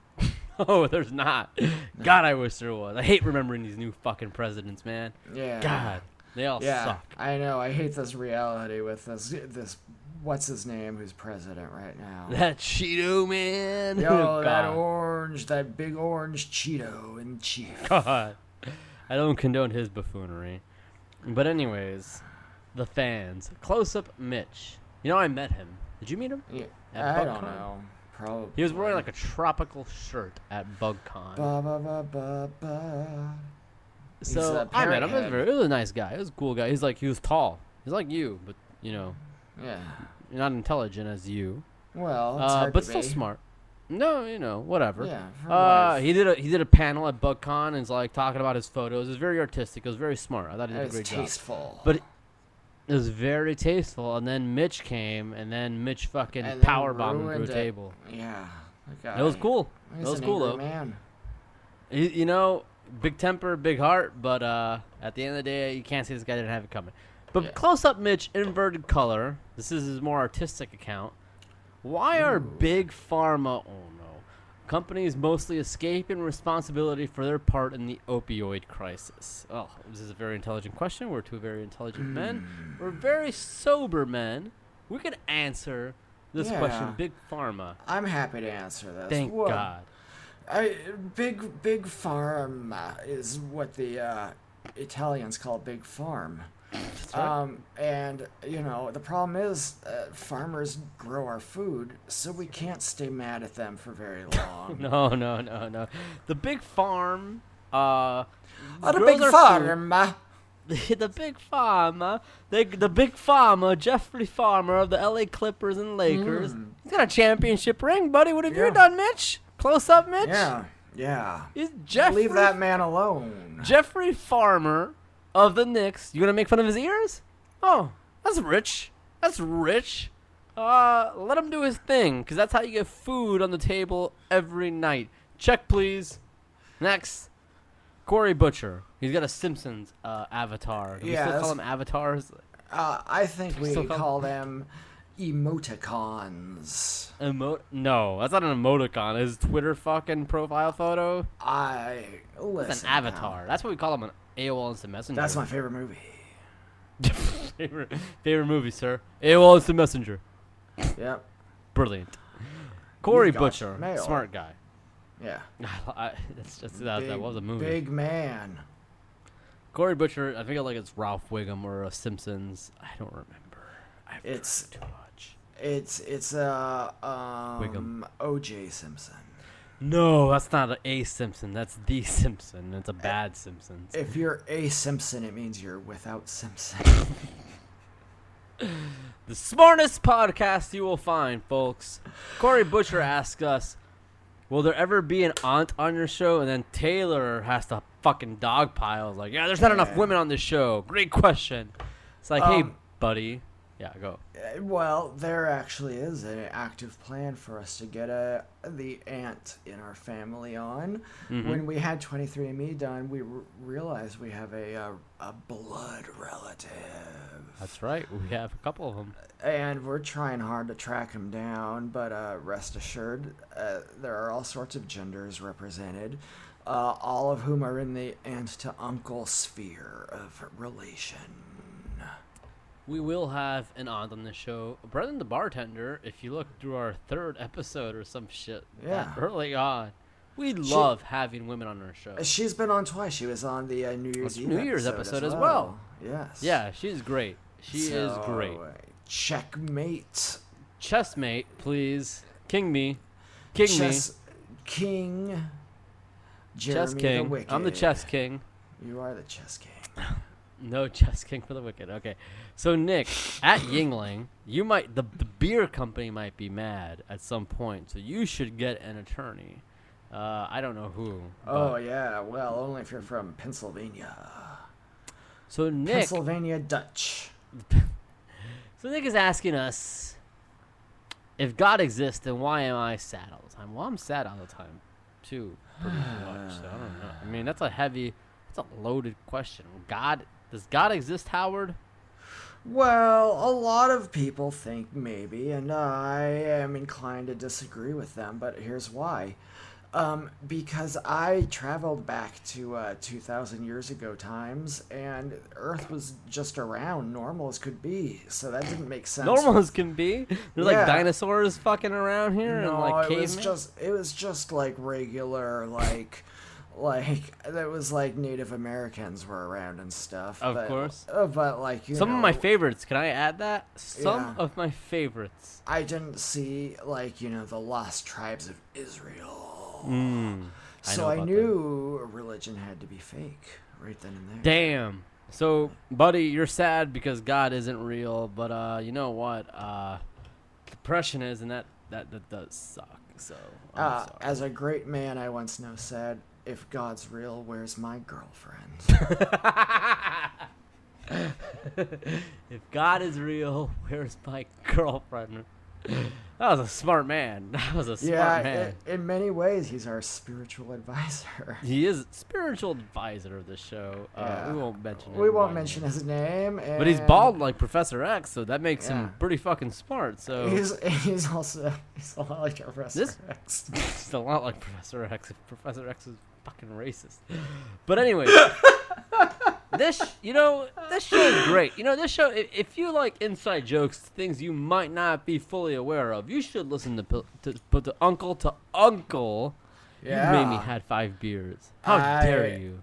Oh, there's not. God, I wish there was. I hate remembering these new fucking presidents, man.
Yeah.
God, they all
Yeah,
suck.
I know. I hate this reality with this this what's his name who's president right now.
That Cheeto man.
Yo, that
God.
orange, that big orange Cheeto in chief.
God. I don't condone his buffoonery. But anyways, the fans. Close up Mitch. You know I met him. Did you meet him?
Yeah,
At
I don't
BugCon?
know. Probably.
He was wearing like a tropical shirt at BugCon.
Ba ba ba ba ba. he's
so
a
I met him. It was,
parrot
very, it was a nice guy. He was a cool guy. He's like he was tall. He's like you, but you know,
Yeah.
not intelligent as you.
Well, it's
Uh,
hard
but
to
still
be.
smart. No, you know, whatever.
Yeah, for
Uh,
life.
he did a he did a panel at BugCon and is like talking about his photos. It was very artistic. It was very smart. I thought he did
It
a
was
great job.
tasteful.
But it was very tasteful. And then Mitch came, and then Mitch fucking
And then
power bombed him
ruined
through a
it.
table.
yeah,
That was cool. That was cool though.
Man.
He, you know, big temper, big heart, but uh, at the end of the day, you can't say this guy didn't have it coming. But
Yeah.
close up, Mitch, inverted color. This is his more artistic account. Why are big pharma, oh no, companies mostly escaping responsibility for their part in the opioid crisis? Oh, this is a very intelligent question. We're two very intelligent men.
Hmm.
We're very sober men. We could answer this
Yeah.
question, big pharma.
I'm happy to answer this.
Thank
Whoa.
God.
I, big big farm uh, is what the uh, Italians call big farm. Um, and you know the problem is uh, farmers grow our food, so we can't stay mad at them for very long.
No, no, no, no. The big farm. Uh,
On a
grows
Oh, big
our
farm, uh,
food. the big farmer. They, the big farmer, Jeffrey Farmer of the L.A. Clippers and Lakers. He's got a championship ring, buddy. What have
Mm. Yeah.
you done, Mitch? Close up, Mitch.
yeah, yeah.
He's Jeffrey.
Leave that man alone.
Jeffrey Farmer of the Knicks. You gonna make fun of his ears? Oh, that's rich. That's rich. Uh, let him do his thing, cause that's how you get food on the table every night. Check, please. Next, Corey Butcher. He's got a Simpsons uh, avatar. Do we
Yeah,
still
that's-
call them avatars?
Uh, I think we
Still call-
call them emoticons.
Emo- no, that's not an emoticon. His Twitter fucking profile photo.
I listen.
That's an
now,
avatar. That's what we call him on AOL Instant Messenger.
That's my favorite movie.
favorite favorite movie, sir. AOL Instant Messenger.
Yep.
Brilliant. Corey
You've got
Butcher,
mail.
smart guy.
Yeah.
I, that's just that,
Big-
that was a movie.
Big man.
Corey Butcher, I think like it's Ralph Wiggum or uh, Simpsons. I don't remember. I've drank
It's-
too much.
It's it's uh um O.J. Simpson.
No, that's not a Simpson. That's the Simpson. It's a
Eh.
bad Simpsons.
If you're a Simpson, it means you're without Simpson.
the smartest podcast you will find, folks. Corey Butcher asks us, "Will there ever be an aunt on your show?" And then Taylor has to fucking dogpile like, "Yeah, there's not enough
Yeah.
women on this show." Great question. It's like, hey,
Um,
buddy. Yeah, go.
Uh, Well, there actually is an active plan for us to get a the aunt in our family on.
Mm-hmm.
When we had 23andMe done, we r- realized we have a uh, a blood relative.
That's right. We have a couple of
Uh,
them.
and we're trying hard to track him down but uh, rest assured uh, there are all sorts of genders represented uh, all of whom are in the aunt to uncle sphere of relation
We will have an aunt on the show, Brendan the bartender. If you look through our third episode or some shit
Yeah.
that early on, we love having women on our show.
she's been on twice she was on the uh, new year's Eve
New Year's episode as well.
yes
yeah, she's great. She is
So,
great.
uh, checkmate
Chessmate, please. King me. King
chess king
me. Chess
Jeremy the
king.
Wicked.
I'm the chess king.
you are the chess king
No chess king for the wicked. Okay. So Nick, at Yingling, you might the, the beer company might be mad at some point, so you should get an attorney. Uh, I don't know who.
oh
but-
yeah well only if you're from pennsylvania
So Nick, so
Pennsylvania Dutch.
Nick is asking us if God exists, then why am I sad all the time? Well, I'm sad all the time, too, pretty much. So I don't know. I mean, that's a heavy, that's a loaded question. God, does God exist, Howard?
Well, a lot of people think maybe, and I am inclined to disagree with them, but here's why. Um, because I traveled back to uh, 2,000 years ago times, and Earth was just around, normal as could be, so that didn't make sense.
Normal as can be. There's like
Yeah.
dinosaurs fucking around here and
No,
like
it was
cavemen.
just it was just like regular like like that was like Native Americans were around and stuff.
Of
but,
course.
uh, but like you
Some of my
know,
favorites. Can I add that? Some
Yeah.
of my favorites.
I didn't see like you know the lost tribes of Israel.
Mm, I
so
know
I,
about
knew religion had to be fake right then and there.
Damn. So, buddy, you're sad because God isn't real, but uh, you know what? Uh, depression is, and that that that does suck. So I'm
Uh,
sorry.
as a great man I once know said, if God's real, where's my girlfriend?
if God is real, where's my girlfriend? That was a smart man. That was a smart
yeah,
man.
i in many ways, he's our spiritual advisor.
he is spiritual advisor of the show. Uh,
Yeah.
we won't mention.
We
him
won't
by
mention
name.
his name. And
But he's bald like Professor X, so that makes
Yeah.
him pretty fucking smart. So
He's, he's also he's a lot like Professor
This-
X.
It's a lot like Professor X. If Professor X is fucking racist. But anyway, this you know this show is great. You know this show. If, if you like inside jokes, things you might not be fully aware of, you should listen to Pil- to, to, to Uncle to Uncle.
Yeah.
You made me had five beers. How dare
I-
you?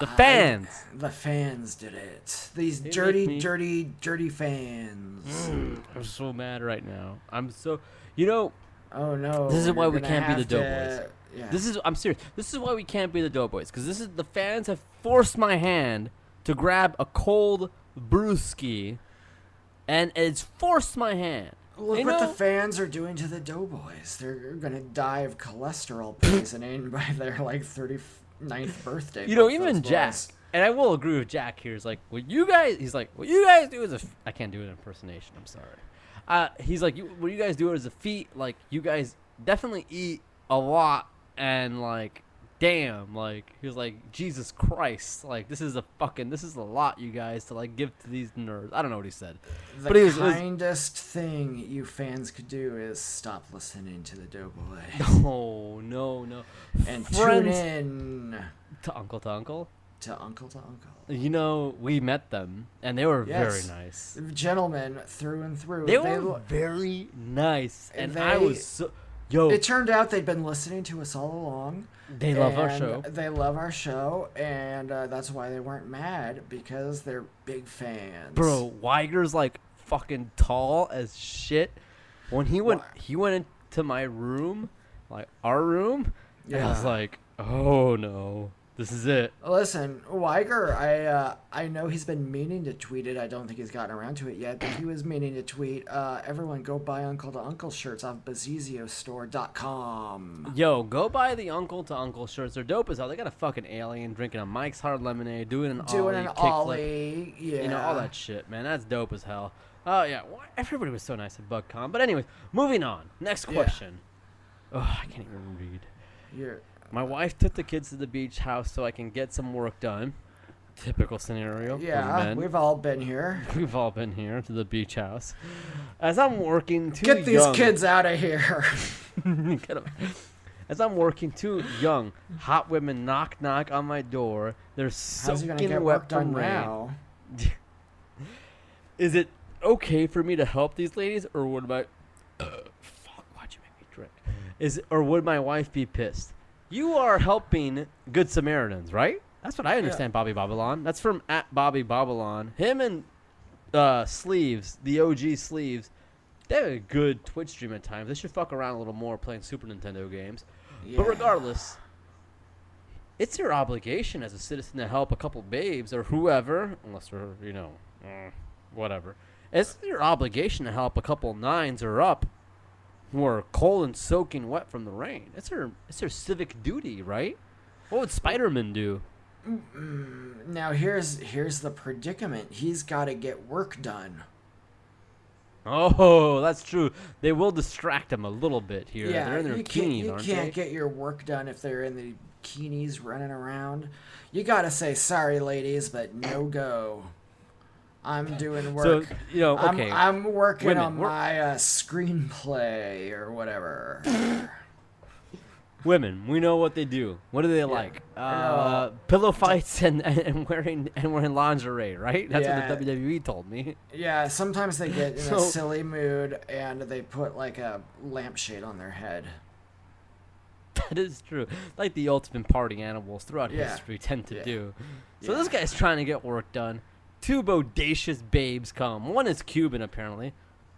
The fans.
The fans did it. These
They
dirty,
make me- Mm.
dirty, dirty fans.
I'm so mad right now. I'm so. You know,
Oh no.
This is why
you're
we
gonna
can't be
have
the
to- Yeah.
This is I'm serious. This is why we can't be the Doughboys because this is the fans have forced my hand to grab a cold brewski, and it's forced my hand.
Look
You
what the
know?
fans are doing to the Doughboys. They're gonna die of cholesterol poisoning by their like 39th birthday.
You know,
both
even
those
Jack.
boys.
And I will agree with Jack here. Is like what you guys. He's like what you guys do is a. F-. I can't do an impersonation. I'm sorry. Uh, he's like you, what you guys do is a feat. Like you guys definitely eat a lot and like damn like he was like jesus christ like this is a fucking this is a lot you guys to like give to these nerds i don't know what he said
The
but he was- it was-
kindest thing you fans could do is stop listening to the Doughboys
Oh no no!
and
Friends-
tune in
To uncle to uncle,
to Uncle to Uncle.
you know we met them and they were
Yes.
very nice.
Gentlemen, through and through.
They were
lo-
very nice, and
They-
I was so yo.
It turned out they'd been listening to us all along.
They love our
and
show.
They love our show, and uh, that's why they weren't mad because they're big fans.
Bro, Weiger's like fucking tall as shit. When he went,
Why-
he went into my room, like our room. and I was
Yeah.
like, oh no, this is it.
Listen, Weiger, I uh, I know he's been meaning to tweet it. I don't think he's gotten around to it yet, but he was meaning to tweet. Uh, everyone, go buy Uncle to Uncle shirts off BazizioStore.com.
Yo, go buy the Uncle to Uncle shirts. They're dope as hell. They got a fucking alien drinking a Mike's Hard Lemonade, doing an
Doing
ollie,
an
kickflip.
ollie, yeah,
you know all that shit, man. That's dope as hell. Oh yeah, why- everybody was so nice at BugCon. But anyways, moving on. Next
Yeah.
question. Oh, I can't even read.
You're,
My wife took the kids to the beach house so I can get some work done. Typical scenario. for
yeah,
men.
we've all been here.
We've all been here to the beach house. As I'm working too
Get these
young-
kids out of here.
Get 'em. As I'm working too young, hot women knock knock on my door. They're
How's he
soaking
gonna get
wet
work done
from rain.
now?
Is it okay for me to help these ladies, or would my fuck? Why'd you make me drink? Is or would my wife be pissed? You are helping Good Samaritans, right? That's what I understand, Bobby Babylon. That's from at Bobby Babylon. Him and uh, Sleeves, the OG Sleeves, they have a good Twitch stream at times. They should fuck around a little more playing Super Nintendo games. But
Yeah.
regardless, it's your obligation as a citizen to help a couple babes or whoever, unless they're, you know, eh, whatever. It's your obligation to help a couple nines or up who are cold and soaking wet from the rain. It's their, it's their civic duty, right? What would Spider Man do?
Now here's here's the predicament. He's got to get work done.
Oh, that's true. They will distract him a little bit here.
Yeah,
They're in their
you can't,
bikinis,
you
aren't
can't
they?
get your work done if they're in the bikinis running around. You gotta say sorry, ladies, but no go. I'm doing work.
So, you know, okay.
I'm, I'm working
Women,
on
we're-
my uh, screenplay or whatever.
Women, we know what they do. What do they like? Uh, pillow fights and, and wearing and wearing lingerie, right? That's
Yeah.
what the WWE told me.
yeah, sometimes they get in
So-
a silly mood and they put like a lampshade on their head.
That is true. Like the ultimate party animals throughout
Yeah.
history tend to
Yeah.
do. So this
Yeah.
guy's trying to get work done. Two bodacious babes come. One is Cuban, apparently.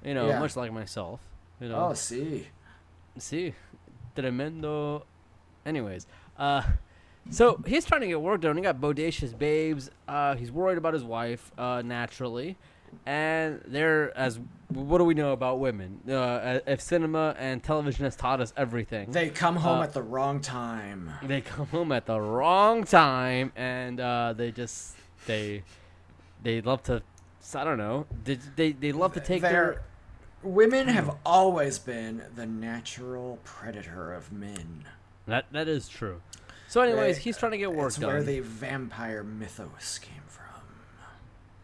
You know,
Yeah.
much like myself. You know,
Oh, see.
See, tremendo. Anyways, uh, so he's trying to get work done. He got bodacious babes. Uh, he's worried about his wife, uh, naturally, and they're as what do we know about women? Uh, if cinema and television has taught us everything,
They come
Uh,
home at the wrong time.
they come home at the wrong time and uh, they just they they love to i don't know they they, they love to take
They're-
their
Women
Hmm.
have always been the natural predator of men.
that that is true so anyways
They-
he's trying to get work
It's where
done
the vampire mythos came from.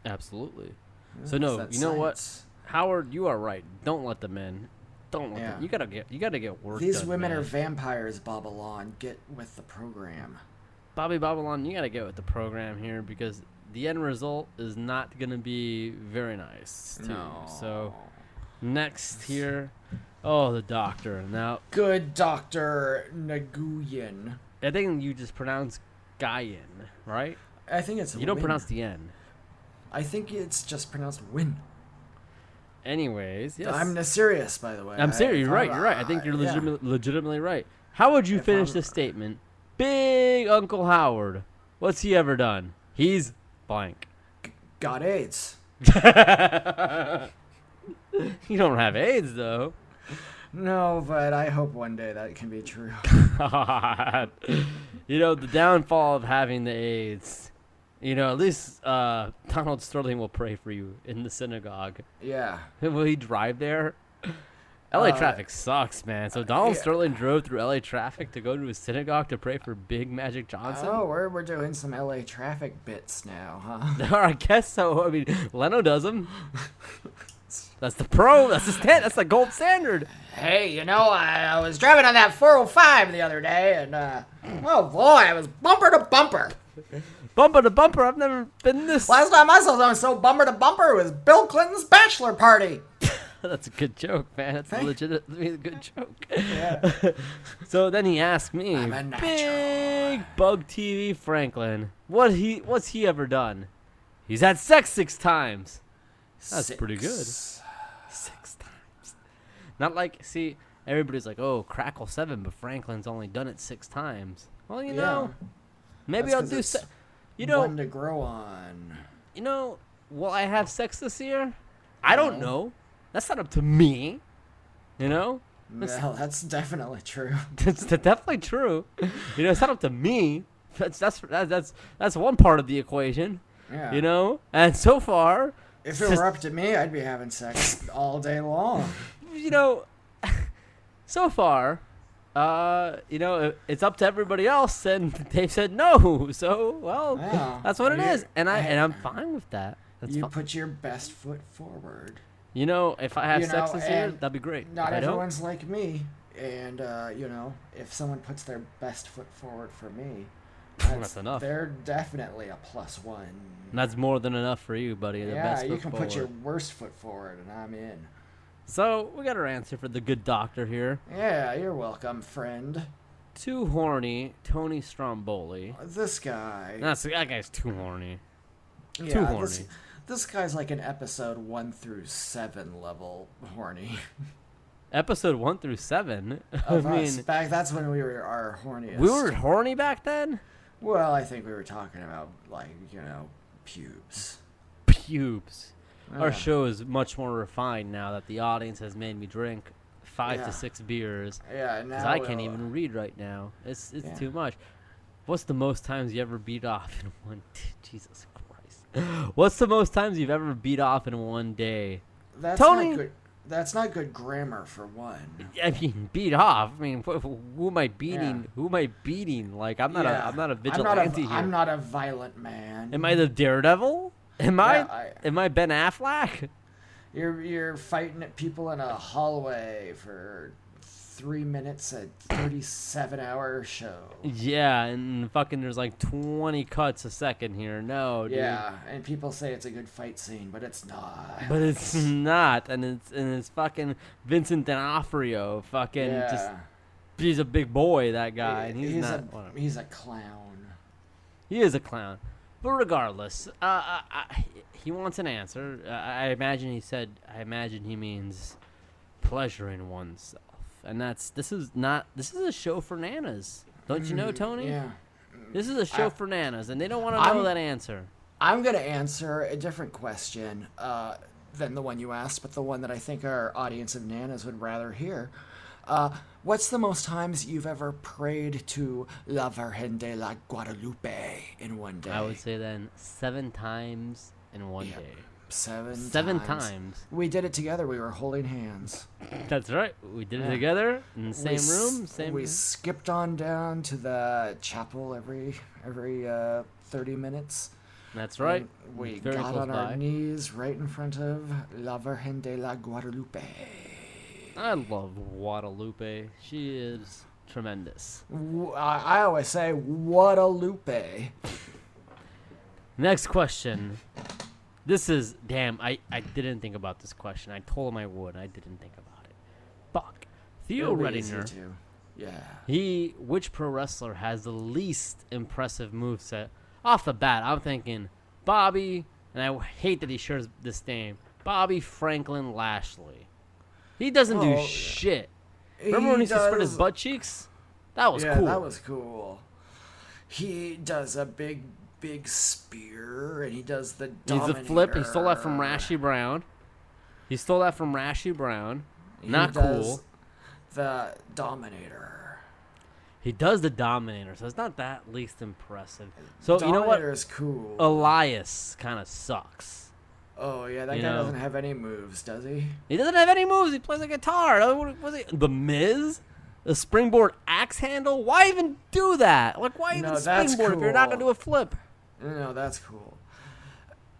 absolutely so
It's
no
that
you know what
science.
howard you are right don't let them in don't let
Yeah.
them, you gotta get you gotta get work
These
done,
women
man.
are vampires, Babylon. Get with the program.
bobby babylon you gotta get with the program here because the end result is not gonna be very nice too so next here oh the doctor now
Good Dr. Naguyan.
I think you just pronounce Guyan, right?
I think it's
You don't
Win.
pronounce the N.
I think it's just pronounced Win.
Anyways, yes.
I'm n- serious, by the way.
I'm serious. You're
I-
right. You're right. I think you're
yeah.
legitimately, legitimately right. How would you
If
finish
I'm-
this statement? Big Uncle Howard. What's he ever done? He's blank.
Got AIDS.
You don't have AIDS, though.
No, but I hope one day that can be true.
you know, the downfall of having the AIDS. You know, at least uh, Donald Sterling will pray for you in the synagogue.
yeah.
Will he drive there? LA
Uh,
traffic sucks, man. So Donald
yeah.
Sterling drove through LA traffic to go to his synagogue to pray for Big Magic Johnson.
Oh, we're, we're doing some LA traffic bits now, huh?
I guess so. I mean, Leno does them. That's the pro. That's the stand. That's the gold standard.
hey, you know, I, I was driving on that 405 the other day, and, uh, oh boy, I was bumper to bumper.
Bumper to bumper. I've never been this.
Last time I saw someone so bumper to bumper was Bill Clinton's bachelor party.
That's a good joke, man. That's a
Thank-
legitimately a good joke.
Yeah.
So then he asked me,
I'm a natural.
Big Bug TV Franklin, what he what's he ever done? He's had sex six times. That's pretty good. Six times. Not like, see, everybody's like, oh, crackle seven, but Franklin's only done it six times. Well, you know, maybe
That's
I'll
'cause
do.
it's
Se- you know,
one to grow on.
you know, will I have sex this year? I don't know. That's not up to me. You know,
No, that's definitely true.
that's, that's definitely true. You know, it's not up to me. That's that's that- that's that's one part of the equation.
Yeah.
You know, and so far,
if it were up to me, I'd be having sex all day long.
you know, so far, uh, you know, i- it's up to everybody else, and they've said no. So, well,
Wow.
that's what it
You-
is, and I and I'm fine with that. That's
You
fine.
put your best foot forward.
you know, if I have
you
sex
know,
this year,
and
that'd be great.
Not
If I don't,
everyone's like me, and uh, you know, if someone puts their best foot forward for me,
That's enough.
They're definitely a plus one.
that's more than enough for you, buddy. the
yeah,
best
you
foot
can
forward.
put your worst foot forward, and I'm in.
So we got our answer for the good doctor here.
Yeah, you're welcome, friend.
Too horny, Tony Stromboli.
This guy.
That's that guy's too horny.
yeah,
too horny.
This, this guy's like an episode one through seven level horny.
Episode one through seven. I
Of
mean,
us. back that's when we were our horniest.
we were horny back then.
Well, I think we were talking about like you know pubes.
pubes.
Yeah.
Our show is much more refined now that the audience has made me drink five
Yeah.
to six beers
Yeah,
because
now
I can't
we'll-
even read right now. It's it's
Yeah.
too much. What's the most times you ever beat off in one? T- Jesus Christ! What's the most times you've ever beat off in one day?
That's
Tony-
Not good, that's not good grammar for one.
I mean, beat off. I mean, wh- wh- who am I beating?
Yeah.
Who am I beating? Like, I'm not
Yeah.
a I'm not a
I'm not a,
vigilante here.
I'm not a violent man.
Am I the daredevil? Am I,
Yeah, I-
am I Ben Affleck?
You're you're fighting at people in a hallway for three minutes at thirty-seven hour show.
Yeah, and fucking there's like 20 cuts a second here. No, dude.
Yeah, and people say it's a good fight scene, but it's not.
But it's not, and it's and it's fucking Vincent D'Onofrio, fucking just
Yeah.
he's a big boy that guy,
He-
and he's, not.
a,
whatever.
he's a clown.
He is a clown. But regardless, uh, uh, uh, he wants an answer. Uh, I imagine he said. I imagine he means pleasure in oneself, and that's this is not this is a show for nanas. Don't you know, Tony?
Yeah.
This is a show
I-
for nanas, and they don't want to know
I'm-
that answer.
I'm going to answer a different question uh, than the one you asked, but the one that I think our audience of nanas would rather hear. Uh, what's the most times you've ever prayed to La Virgen de la Guadalupe in one day?
I would say then seven times in one
Yeah.
day.
seven.
Seven
times.
times.
We did it together. We were holding hands.
That's right. We did
Yeah.
it together in the
We
same
s-
room, same.
We skipped on down to the chapel every every uh, thirty minutes.
That's right.
And We
Very
got
close
on our
by.
knees right in front of La Virgen de la Guadalupe.
I love Guadalupe. She is tremendous.
W- I I always say Guadalupe.
Next question. This is damn. I I didn't think about this question. I told him I would. I didn't think about it. Fuck. Theo
It'll be easy
Redinger.
to- Yeah.
He which pro wrestler has the least impressive moveset? Off the bat, I'm thinking Bobby, and I hate that he shares this name. Bobby Franklin Lashley. He doesn't
Oh,
do
yeah.
shit. Remember when he used to spread his butt cheeks? That was
yeah,
cool.
that was cool. He does a big, big spear, and he does the.
He did the flip. He stole that from
Dominator.
Rashi Brown. He stole that from Rashi Brown.
He
Not
does
cool.
The Dominator.
He does the Dominator, so it's not that least impressive. So
Dominator
you know what?
is cool. Oh,
Elias kind of sucks.
yeah, that guy
you know.
doesn't have any moves, does he?
He doesn't have any moves. He plays a guitar. Uh, what Was he the Miz? The springboard axe handle? Why even do that? Like, why even
No, that's
springboard if you're not gonna
cool.
do a flip?
No, that's cool.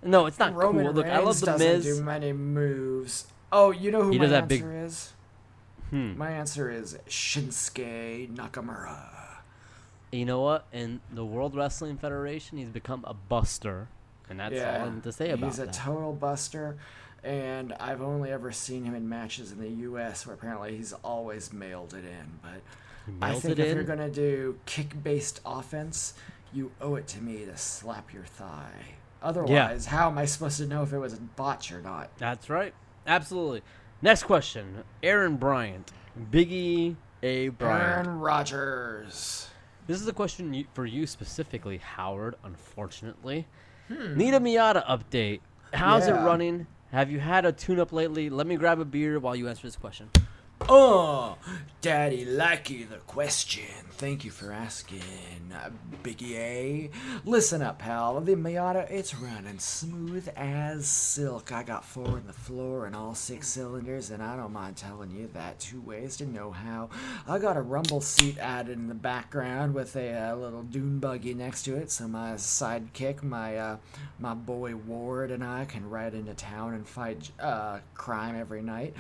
No, it's not
Roman
cool. Look,
Reigns
I love the
doesn't
Miz.
do many moves. Oh, you know who
He
my
does that big-
answer is?
Hmm.
My answer is Shinsuke Nakamura.
You know what? In the World Wrestling Federation, he's become a buster, and that's all I need to say about
He's a
that.
total buster, and I've only ever seen him in matches in the U.S. where apparently he's always mailed it in. But I
mails
think
it
if you're
in?
gonna do kick-based offense, you owe it to me to slap your thigh. Otherwise, how am I supposed to know if it was a botch or not?
That's right. Absolutely. Next question. Aaron Bryant. Biggie A. Bryant.
Aaron Rodgers.
This is a question you, for you specifically, Howard, unfortunately. Need a Miata update. How's
Hmm. Yeah.
it running? Have you had a tune up lately? Let me grab a beer while you answer this question.
Oh, Daddy Lackey, the question. Thank you for asking, uh, Biggie A. Listen up, pal. The Miata, it's running smooth as silk. I got four in the floor and all six cylinders, and I don't mind telling you that. Two ways to know how. I got a rumble seat added in the background with a uh, little dune buggy next to it, so my sidekick, my uh, my boy Ward, and I can ride into town and fight uh, crime every night.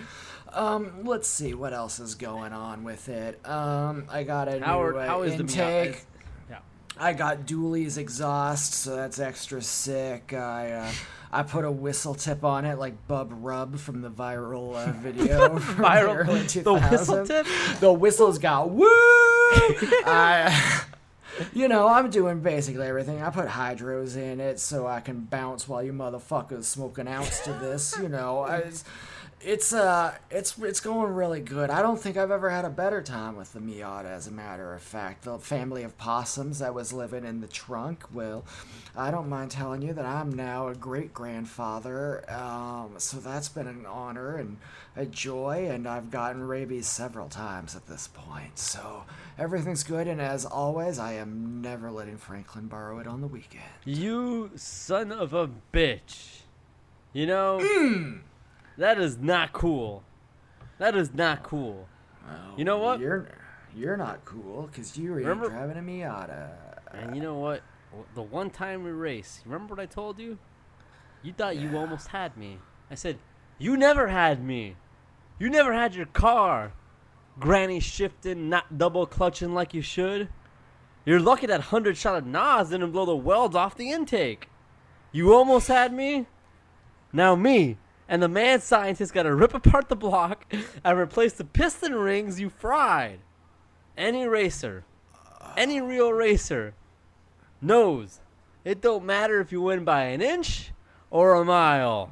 Um, let's see what else is going on with it. Um, I got a
Howard,
new uh,
how is the Miata?
intake.
Is- yeah.
I got Dooley's exhaust, so that's extra sick. I uh, I put a whistle tip on it, like Bub Rub from the viral uh, video. from
Viral-
early
the whistle
2000s.
tip?
The whistle's got woo. I, you know, I'm doing basically everything. I put hydros in it so I can bounce while you motherfuckers smoke an ounce to this. You know, I, it's, it's uh, it's it's going really good. I don't think I've ever had a better time with the Miata. As a matter of fact, the family of possums that was living in the trunk. Well, I don't mind telling you that I'm now a great grandfather. Um, so that's been an honor and a joy, and I've gotten rabies several times at this point. So everything's good, and as always, I am never letting Franklin borrow it on the weekend.
You son of a bitch. You know,
Hmm.
that is not cool. That is not cool. You know what?
You're you're not cool because you were
Remember-
driving a Miata.
And you know what? W- The one time we raced, you remember what I told you? You thought you almost had me. I said, You never had me. You never had your car. Granny shifting, not double clutching like you should. You're lucky that 100 shot of Nas didn't blow the welds off the intake. You almost had me. Now me and the mad scientist gotta rip apart the block and replace the piston rings you fried. Any racer, any real racer knows it don't matter if you win by an inch or a mile.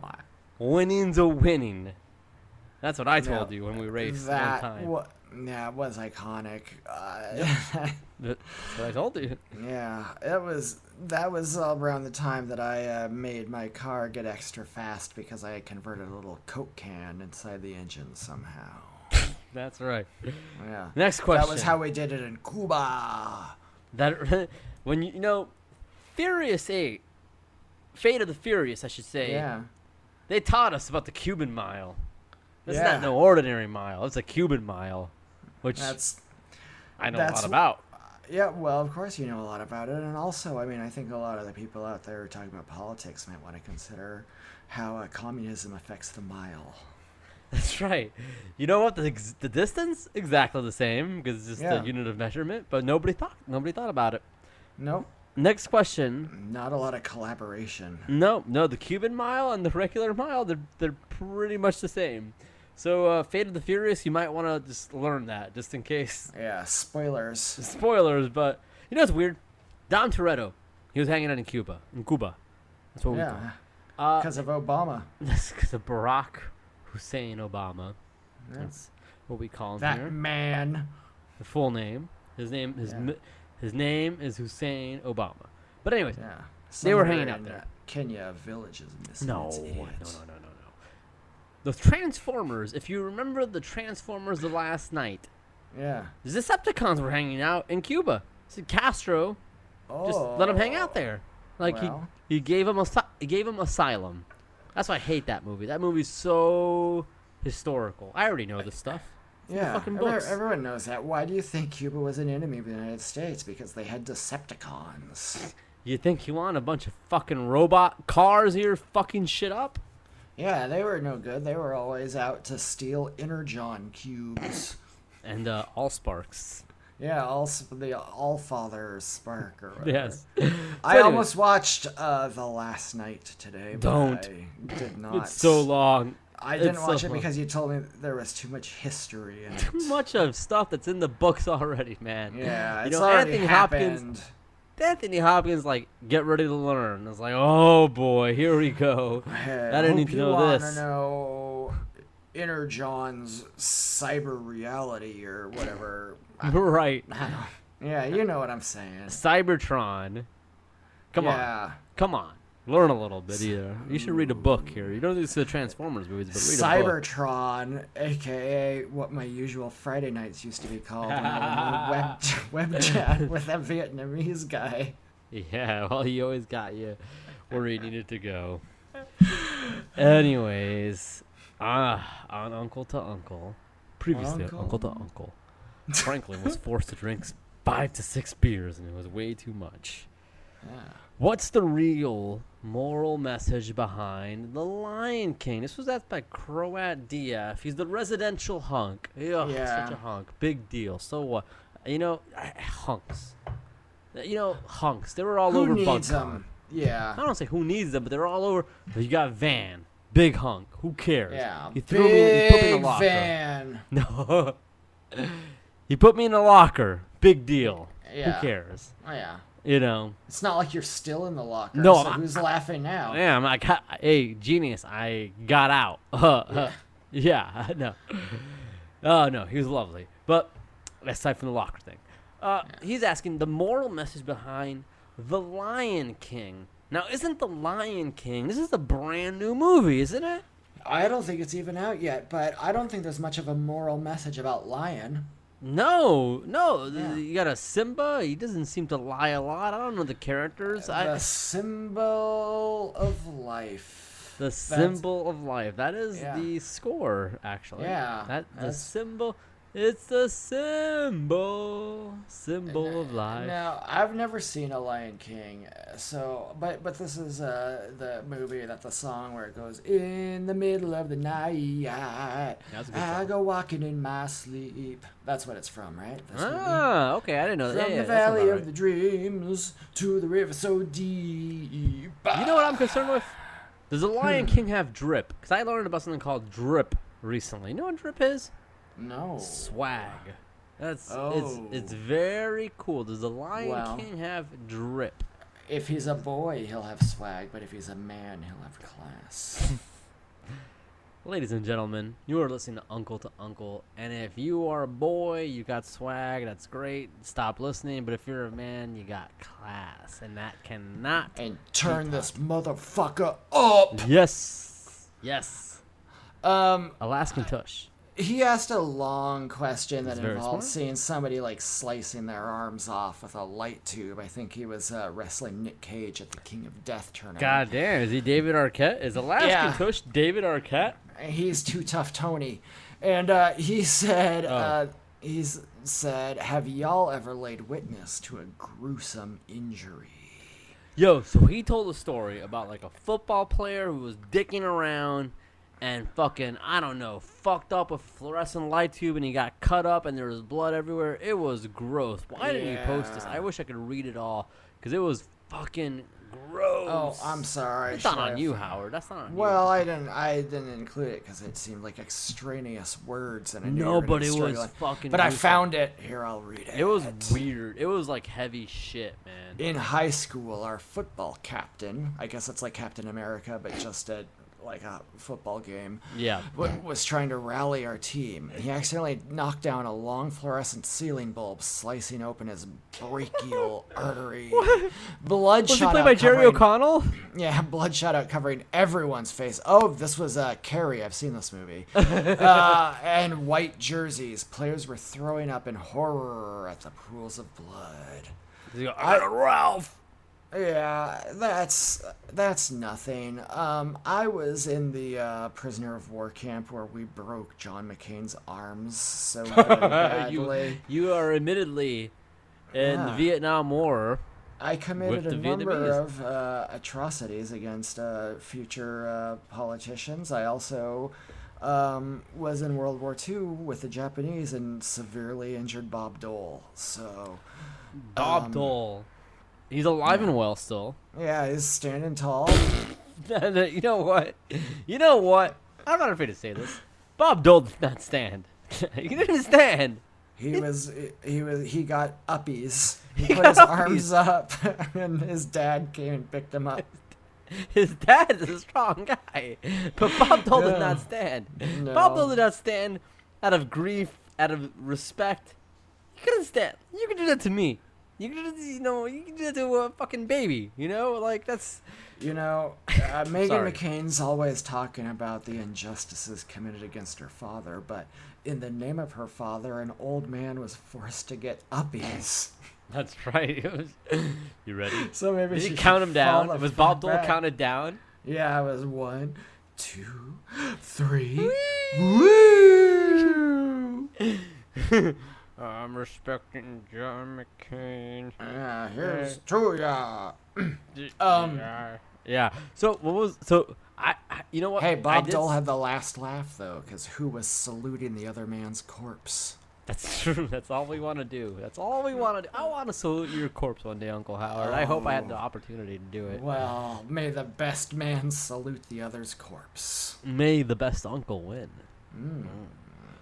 Winning's a winning. That's what I told
No,
you when we raced one
that
time.
wa- yeah, it was iconic. Uh,
That's what I told you.
Yeah, it was that was all around the time that I uh, made my car get extra fast because I converted a little coke can inside the engine somehow.
That's right.
Yeah.
Next question.
That was how we did it in Cuba.
That when you, you know, Furious Eight, Fate of the Furious, I should say.
Yeah.
They taught us about the Cuban mile. This is
Yeah.
not no ordinary mile. It's a Cuban mile, which
That's
I know a
that's-
lot about.
yeah, well, of course you know a lot about it and also, I mean, I think a lot of the people out there who are talking about politics might want to consider how uh, communism affects the mile.
That's right. You know what? The, ex- the distance exactly the same because it's just
Yeah.
a unit of measurement. But nobody thought nobody thought about it.
Nope,
Next question.
not a lot of collaboration.
No, no. The Cuban mile and the regular mile, they're they're pretty much the same. So uh, Fate of the Furious, you might want to just learn that just in case.
Yeah, spoilers.
Spoilers, but you know what's weird? Dom Toretto, he was hanging out in Cuba. In Cuba, that's what we.
Yeah,
Uh,
because of Obama.
That's because of Barack Hussein Obama.
Yeah.
That's what we call him
That
here.
man.
The full name. His name. His
Yeah.
mi- his name is Hussein Obama. But anyways,
Yeah.
They were
Somewhere
hanging out
in
there.
Kenya village is missing.
no,
its
no, no, no,
idiot.
no, no. The Transformers. If you remember the Transformers, the last night,
Yeah.
the Decepticons were hanging out in Cuba. So Castro
Oh.
just let them hang out there. Like
Well.
he, he gave him asy- he gave him asylum. That's why I hate that movie. That movie's so historical. I already know this stuff. It's in the
Yeah.
fucking
every-
books.
Everyone knows that. Why do you think Cuba was an enemy of the United States? Because they had Decepticons.
You think you want a bunch of fucking robot cars here fucking shit up?
Yeah, they were no good. They were always out to steal Energon cubes.
And uh, all sparks.
Yeah, all s- the All Father Spark or whatever.
Yes.
I
anyways-
almost watched uh, the last night today. But
Don't.
I did not.
It's so long.
I
It's
didn't
so
watch it
long.
because you told me there was too much history in it.
Too much of stuff that's in the books already, man.
Yeah,
you
it's
know,
already
Anthony
happened.
Hopkins. Anthany Hopkins, like, get ready to learn. It's like, oh boy, here we go.
Hey,
I didn't
hope
need to
you
know
wanna
this.
know Inner John's cyber reality or whatever.
Right.
yeah, you know what I'm saying.
Cybertron. Come on.
yeah.
Come on. Learn a little bit either. You should read a book here. You don't do the Transformers movies, but read a book.
Cybertron, aka what my usual Friday nights used to be called, when I would web, web chat with that Vietnamese guy.
Yeah, well, he always got you where he needed to go. Anyways, ah, on Uncle to Uncle, previously on Uncle to Uncle, Franklin was forced to drink s- five to six beers, and it was way too much.
Yeah.
What's the real moral message behind The Lion King? This was asked by Croat DF. He's the residential hunk. Ugh,
Yeah.
Such a hunk. Big deal. So what? You know, hunks. You know, hunks. They were all
Uh, Who
over
needs
Bugs.
them? Yeah.
I don't say who needs them, but they're all over. You got Van, big hunk. Who cares?
Yeah.
He threw me. He put me in
Big
a locker.
fan.
No. he put me in a locker. Big deal.
Yeah.
Who cares?
Oh, yeah.
You know.
It's not like you're still in the locker.
No,
so
I-
who's laughing now?
Yeah, I'm like, "Ha- hey, genius, I got out. Uh, uh, yeah, no. Oh, no, he was lovely. But aside from the locker thing, uh, he's asking the moral message behind The Lion King. Now, isn't The Lion King, this is a brand new movie, isn't it?
I don't think it's even out yet, but I don't think there's much of a moral message about lion.
No, no. th-
Yeah.
You got a Simba. He doesn't seem to lie a lot. I don't know the characters.
the
I,
symbol of life.
the symbol of life. That is
Yeah.
the score, actually.
Yeah,
That the
that's-
symbol. It's the symbol. Symbol of life.
Now, I've never seen a Lion King, uh, so but but this is uh, the movie that the song where it goes in the middle of the night.
That's a good
I
song.
go walking in my sleep. That's what it's from, right? This movie?
Ah, okay. I didn't know that.
From
Yeah,
the
that sounds
valley
about
of
right.
the dreams to the river so deep.
You know what I'm concerned with? Does the
Hmm.
Lion King have drip? Because I learned about something called drip recently. You know what drip is?
No.
swag. That's it's it's
Oh.
very cool. Does the Lion
Wow.
King have drip?
If he's a boy, he'll have swag, but if he's a man, he'll have class.
Ladies and gentlemen, you are listening to Uncle to Uncle, and if you are a boy, you got swag, that's great. Stop listening, but if you're a man, you got class, and that cannot.
And turn this motherfucker up.
Yes, yes,
Um,
Alaskan Tush.
he asked a long question that
very
involved
smart.
seeing somebody like slicing their arms off with a light tube. I think he was uh, wrestling Nick Cage at the King of Death tournament.
God damn, is he David Arquette? Is Alaskan
Yeah.
Tush David Arquette?
he's too tough Tony. And uh, he said, uh, he's said, have y'all ever laid witness to a gruesome injury?
Yo, so he told a story about like a football player who was dicking around and fucking, I don't know, fucked up a fluorescent light tube and he got cut up and there was blood everywhere. It was gross. Why didn't you post this?
Yeah.
I wish I could read it all because it was fucking gross.
Oh, I'm sorry.
It's not
should I
on
have-
you, Howard. That's not on
Well, I didn't. I didn't include it because it seemed like extraneous words, and I knew you
No,
were gonna
but it
struggle.
was fucking
But I
gruesome.
found it. Here, I'll read it.
you. It was weird. It was like heavy shit, man.
in high school. Our football captain. I guess it's like Captain America, but just at like a football game.
yeah.
wa- was trying to rally our team. He accidentally knocked down a long fluorescent ceiling bulb, slicing open his brachial artery. Blood
Was he
shot
played
out
by Jerry
covering-
O'Connell?
Yeah, blood shot out covering everyone's face. Oh, this was uh, Carrie. I've seen this movie. uh, and white jerseys. Players were throwing up in horror at the pools of blood.
I don't Ralph.
Yeah, that's that's nothing. Um, I was in the uh, prisoner of war camp where we broke John McCain's arms so very
you,
Uh, badly.
you are admittedly in the
Yeah.
Vietnam War.
I committed a
the
number
Vietnamese.
of uh, atrocities against uh, future uh, politicians. I also um, was in World War II with the Japanese and severely injured Bob Dole. So
Bob Dole. He's alive and well still.
yeah, he's standing tall.
you know what? You know what? I'm not afraid to say this. Bob Dole did not stand. he didn't stand.
He was he was he got uppies. He,
He
put
got
his arms up, and his dad came and picked him up.
His dad is a strong guy. But Bob Dole
Yeah.
did not stand. Bob Dole
No.
did not stand out of grief, out of respect. You couldn't stand. You could do that to me. You could, you know, you could do that to a fucking baby. You know, like that's
You know, uh, Megan
Sorry.
McCain's always talking about the injustices committed against her father, but in the name of her father, an old man was forced to get uppies.
That's right. It was. You ready?
So maybe
Did
she
he
should
count him
fall
down?
the
Was
fuck
Bob Dole
back.
counted down?
Yeah, it was one, two, three. Woo!
I'm respecting John McCain.
Yeah, Ah, here's to ya.
Um. Yeah. So what was so I, I you know what?
Hey,
I
Bob
did
Dole
s-
had the last laugh though, because who was saluting the other man's corpse?
That's true. That's all we want to do. That's all we want to do. I want to salute your corpse one day, Uncle Howard. I hope I had the opportunity to do it.
Well, may the best man salute the other's corpse.
May the best uncle win.
Mm.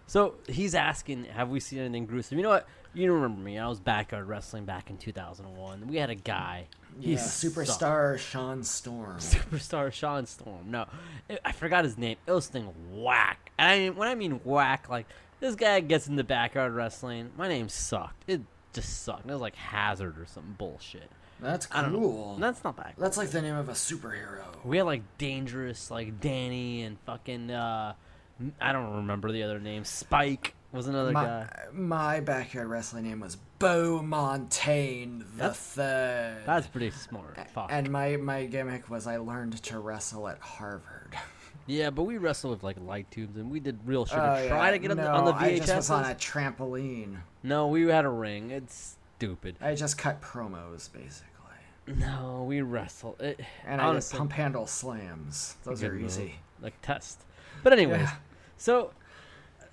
So he's asking, have we seen anything gruesome? You know what? You remember me. I was backyard wrestling back in 2001. We had a guy. He
yeah,
sucked.
superstar Sean Storm.
superstar Sean Storm. No, I- I forgot his name. It was thing whack. And I, when I mean whack, like this guy gets in the backyard wrestling. My name sucked. It just sucked. It was like Hazard or some bullshit.
That's
I don't
cool.
know. That's not that.
That's like the name of a superhero.
We had like dangerous, like Danny and fucking. uh I don't remember the other name. Spike was another
My,
guy.
my backyard wrestling name was Bo Montaigne the
That's-
Third.
That's pretty smart. Fuck.
and my, my gimmick was I learned to wrestle at Harvard.
yeah, but we wrestled with like light tubes and we did real shit.
Oh,
to try
yeah.
to get on,
no,
the, on the VHS.
I just was on a trampoline.
No, we had a ring. It's stupid.
I just cut promos basically,
No, we wrestle. It,
and
honestly,
I did pump handle slams. Those
good
are
move.
easy.
Like test. But anyways,
Yeah.
so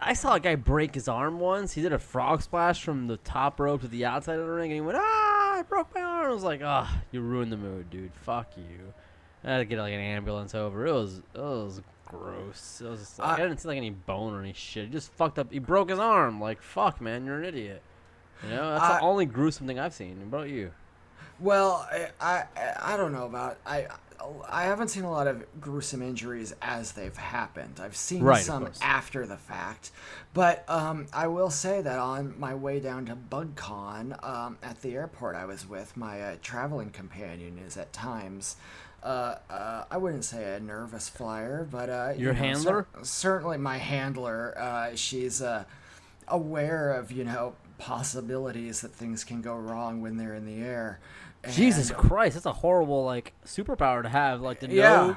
I saw a guy break his arm once. He did a frog splash from the top rope to the outside of the ring, and he went, "Ah, I broke my arm." I was like, "Ah, you ruined the mood, dude. Fuck you." I had to get like an ambulance over. It was it was gross. It was just, like, I,
I-
didn't see like any bone or any shit. He just fucked up. He broke his arm. Like fuck, man, you're an idiot. You know, that's
I-
the only gruesome thing I've seen. What about you?
Well, I, I I don't know about I I haven't seen a lot of gruesome injuries as they've happened. I've seen
Right, of
some
course.
after the fact, but um, I will say that on my way down to BugCon um, at the airport I was with, my uh, traveling companion is at times. Uh, uh, I wouldn't say a nervous flyer, but uh, you
Your
know, cer-
handler?
certainly my handler. Uh, she's uh, aware of you know possibilities that things can go wrong when they're in the air.
Jesus
And-
Christ, that's a horrible like superpower to have. Like to know.
yeah. Uh,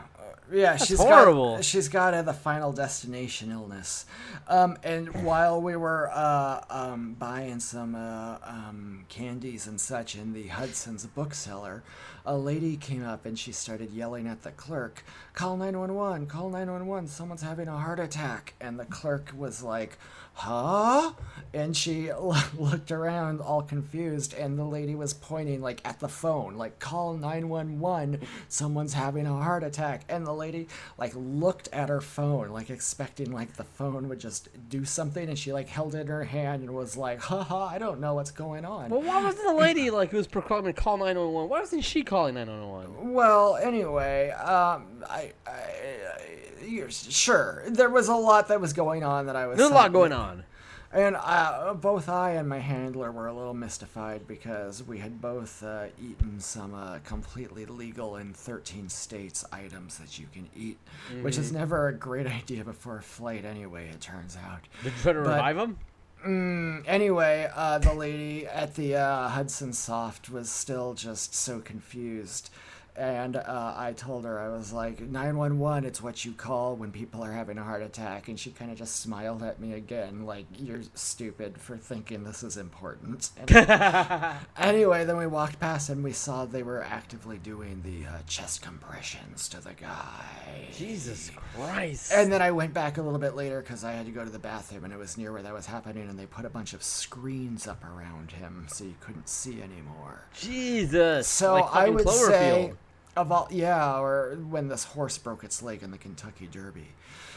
Yeah, she's
horrible.
Got, she's got uh, the final destination illness. Um, and while we were uh, um, buying some uh, um, candies and such in the Hudson's bookseller, a lady came up and she started yelling at the clerk, "Call 911! Call 911! Someone's having a heart attack!" And the clerk was like, "Huh?" And she looked around all confused, and the lady was pointing like at the phone, like "Call 911! Someone's having a heart attack!" And the lady like looked at her phone, like expecting like the phone would just do something, and she like held it in her hand and was like, "Ha ha! I don't know what's going on."
Well, why wasn't the lady like who was proclaiming call nine one one? Why wasn't she calling nine one one?
Well, anyway, um, I, I, I you're, sure there was a lot that was going on that I was.
There's a lot going on.
And uh, both I and my handler were a little mystified because we had both uh, eaten some uh, completely legal in 13 states items that you can eat, which is never a great idea before a flight, anyway. It turns out.
Did you try to revive him?
Mm, anyway, uh, the lady at the uh, Hudson Soft was still just so confused. And uh, I told her, I was like, 911, it's what you call when people are having a heart attack. And she kind of just smiled at me again, like, you're stupid for thinking this is important. And- anyway, then we walked past and we saw they were actively doing the uh, chest compressions to the guy.
Jesus Christ!
And then I went back a little bit later because I had to go to the bathroom and it was near where that was happening, and they put a bunch of screens up around him so you couldn't see anymore.
Jesus.
So
like
I
fucking
would
Cloverfield.
say, of all, yeah, or when this horse broke its leg in the Kentucky Derby.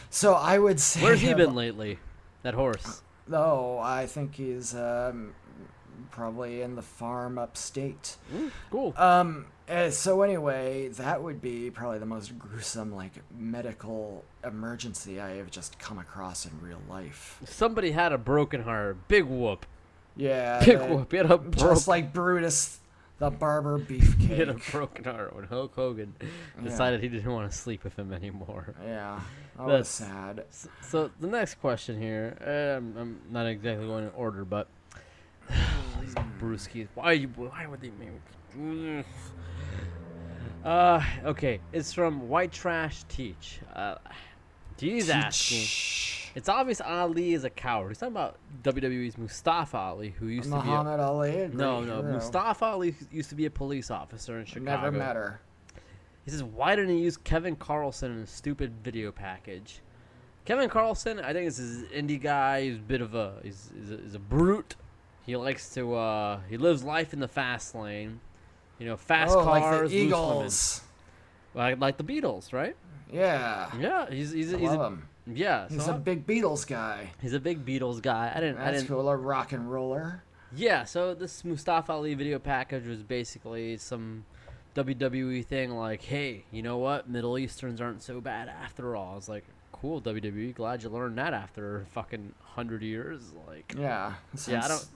So I would say,
where's he
of-
been lately? That horse.
Oh, I think he's um, probably in the farm upstate.
Cool.
Um. eh, so anyway, that would be probably the most gruesome like medical emergency I have just come across in real life.
Somebody had a broken heart. Big whoop.
Yeah.
Big
the-
whoop. He had a
Uh, Just
broken.
like Brutus the Barber
He had a
Beefcake.
broken heart when Hulk Hogan decided he didn't want to sleep with him anymore.
yeah. That was
That's-
sad.
S- So the next question here, uh, I'm, I'm not exactly going in order, but these brewskis. Why you? Why would they make? Uh, okay, it's from White Trash Teach. Uh, he's asking.
Shh.
It's obvious Ali is a coward. He's talking about WWE's Mustafa Ali, who used
Muhammad Ali.
to
a
be a, no,
great
no,
hero.
Mustafa Ali used to be a police officer in Chicago.
Never met her.
He says, "Why didn't he use Kevin Carlson in a stupid video package?" Kevin Carlson, I think, is this indie guy. He's a bit of a he's, he's, a, he's a brute. He likes to uh, he lives life in the fast lane. You know, fast
oh,
cars,
like the
loose women.
Eagles.
like like the Beatles, right?
Yeah.
Yeah, he's he's,
I
he's
love
a,
him.
yeah.
He's
so
a big Beatles guy.
he's a big Beatles guy. I didn't I
That's
didn't
cool. A rock and roller.
Yeah, so this Mustafa Ali video package was basically some WWE thing like, hey, you know what? Middle Easterns aren't so bad after all. I was like, cool, WWE, glad you learned that after fucking 100 years. Like,
Yeah.
yeah, I don't.
Since-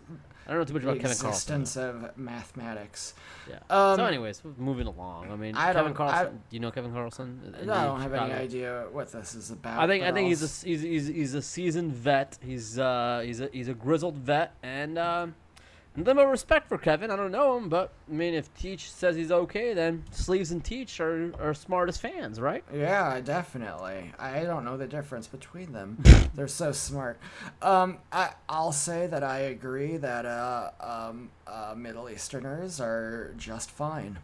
I don't know too much about Kevin Carlson.
existence of mathematics.
Yeah.
Um,
so, anyways, moving along. I mean,
I
Kevin
don't- I-
Carlson. do you know Kevin Carlson?
I
In
don't have any
Chicago?
idea what this is about.
I think I
but
think
I'll
he's a
s-
he's, he's, he's a seasoned vet. He's uh he's a he's a grizzled vet, and um, nothing but respect for Kevin. I don't know him, but I mean, if Teach says he's okay, then Sleeves and Teach are are smart as fans, right?
yeah, definitely. I don't know the difference between them. They're so smart. Um, I, I'll say that I agree that uh, um, uh, Middle Easterners are just fine.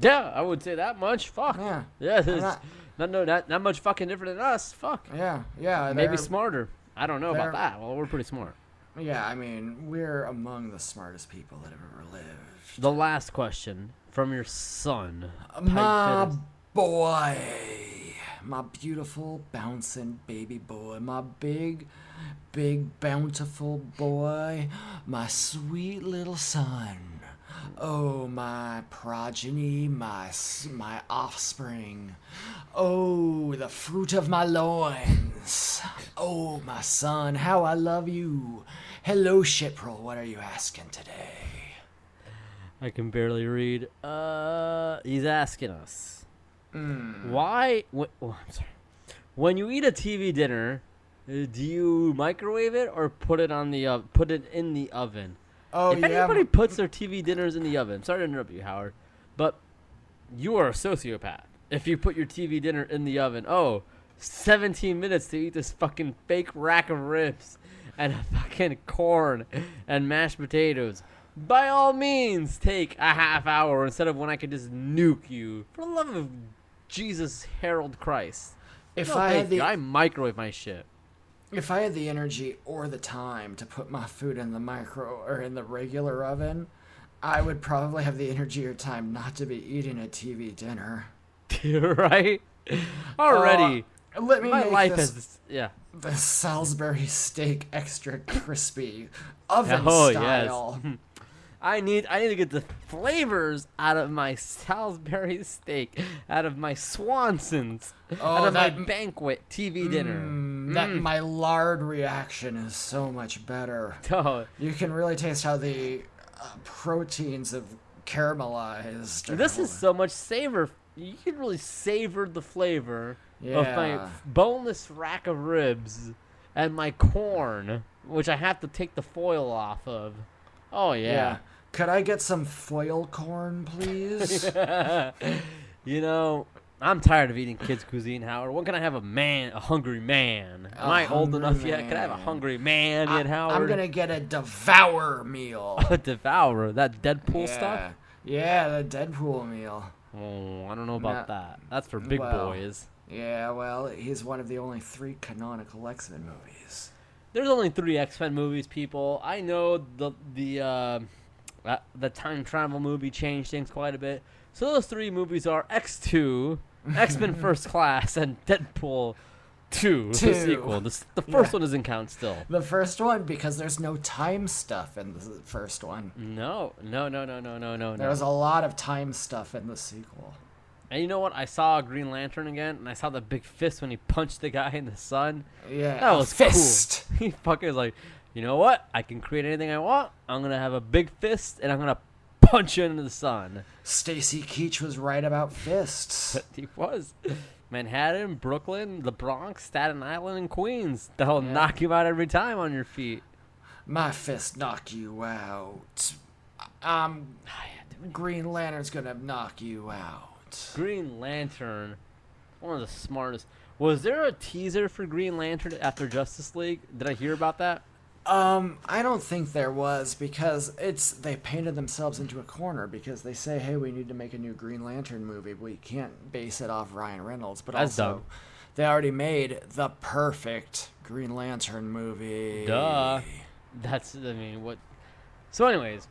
Yeah, I would say that much. Fuck.
Yeah.
Yeah, it's
not-
not, no not not much fucking different than us. Fuck.
Yeah, yeah.
Maybe
they're-
smarter. I don't know
they're-
about that. Well, we're pretty smart.
Yeah, I mean, we're among the smartest people that have ever lived.
The last question from your son. Pipe
Uh, My
Fitters.
boy. My beautiful, bouncing baby boy. My big, big, bountiful boy. My sweet little son. Oh, my progeny, my s- my offspring. Oh, the fruit of my loins. Oh, my son, how I love you. Hello, Shiprel, what are you asking today?
I can barely read. Uh, he's asking us why. Wh- oh, I'm sorry. When you eat a TV dinner, uh, do you microwave it or put it on the uh, put it in the oven?
Oh,
if
yeah.
anybody puts their TV dinners in the oven, sorry to interrupt you, Howard, but you are a sociopath. If you put your TV dinner in the oven, oh, 17 minutes to eat this fucking fake rack of ribs and fucking corn and mashed potatoes. By all means, take a half hour instead of when I could just nuke you. For the love of Jesus, Harold Christ.
if
No,
I
thank
had the
you. I microwave my shit.
If I had the energy or the time to put my food in the micro or in the regular oven, I would probably have the energy or time not to be eating a TV dinner.
right? Already,
Uh, Oh, let me
my
make
life
this,
has. Yeah.
the Salisbury steak extra crispy, oven
Oh, yes.
style. Mm,
I need I need to get the flavors out of my Salisbury steak, out of my Swanson's, out
Oh,
of my
that-
banquet TV dinner.
Mm, That my lard reaction is so much better.
Oh,
You can really taste how the uh, proteins have caramelized. or
this is
however.
so much savor. You can really savor the flavor of my
Yeah.
boneless rack of ribs and my corn, which I have to take the foil off of. Oh yeah.
Could I get some foil corn, please?
You know, I'm tired of eating kids' cuisine, Howard. When can I have a man, a hungry man? Am I old
hungry
enough yet? Can I have a
man.
hungry man
I,
yet, Howard?
am gonna get a devour meal.
A devourer, that Deadpool
yeah.
stuff.
Yeah, the Deadpool meal.
Oh, I don't know about
No.
that. That's for big
Well.
boys.
Yeah, well, he's one of the only three canonical X-Men movies.
There's only three X Men movies, people. I know the the uh, uh, the time travel movie changed things quite a bit. So those three movies are X two, X Men First Class, and Deadpool two,
Two.
the sequel. The, s- the first
Yeah.
one doesn't count still.
The first one because there's no time stuff in the first one.
Mm-hmm. No, no, no, no, no, no, no,
There was
no.
a lot of time stuff in the sequel.
And you know what? I saw Green Lantern again, and I saw the big fist when he punched the guy in the sun.
Yeah,
That
a
was
fist.
cool. He fucker's like, you know what? I can create anything I want. I'm gonna have a big fist and I'm gonna punch you into the sun.
Stacy Keach was right about fists.
He was. Manhattan, Brooklyn, the Bronx, Staten Island, and Queens. That'll knock you out every time on your feet.
My fist knock you out. Um, Green Lantern's gonna knock you out.
Green Lantern, one of the smartest. Was there a teaser for Green Lantern after Justice League? Did I hear about that?
Um, I don't think there was because it's they painted themselves into a corner because they say, hey, we need to make a new Green Lantern movie. We can't base it off Ryan Reynolds, but
That's
also
dumb.
they already made the perfect Green Lantern movie.
Duh. That's I mean what. So, anyways,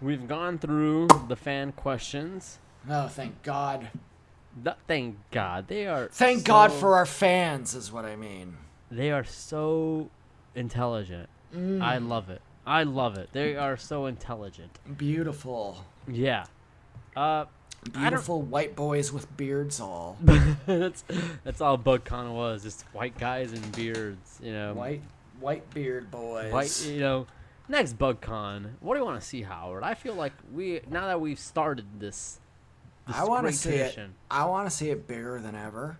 we've gone through the fan questions.
Oh, thank God.
Th- thank God they are.
Thank
so-
God for our fans, is what I mean.
They are so intelligent.
Mm.
I love it. I love it. They are so intelligent.
Beautiful.
Yeah. Uh, I don't.
Beautiful white boys with beards all.
that's that's all Bug Con was. Just white guys and beards. You know.
White white beard boys.
White. You know. Next Bug Con. What do you want to see, Howard? I feel like we now that we've started this. this
I want to
great
see
tradition.
it. I want to see it bigger than ever.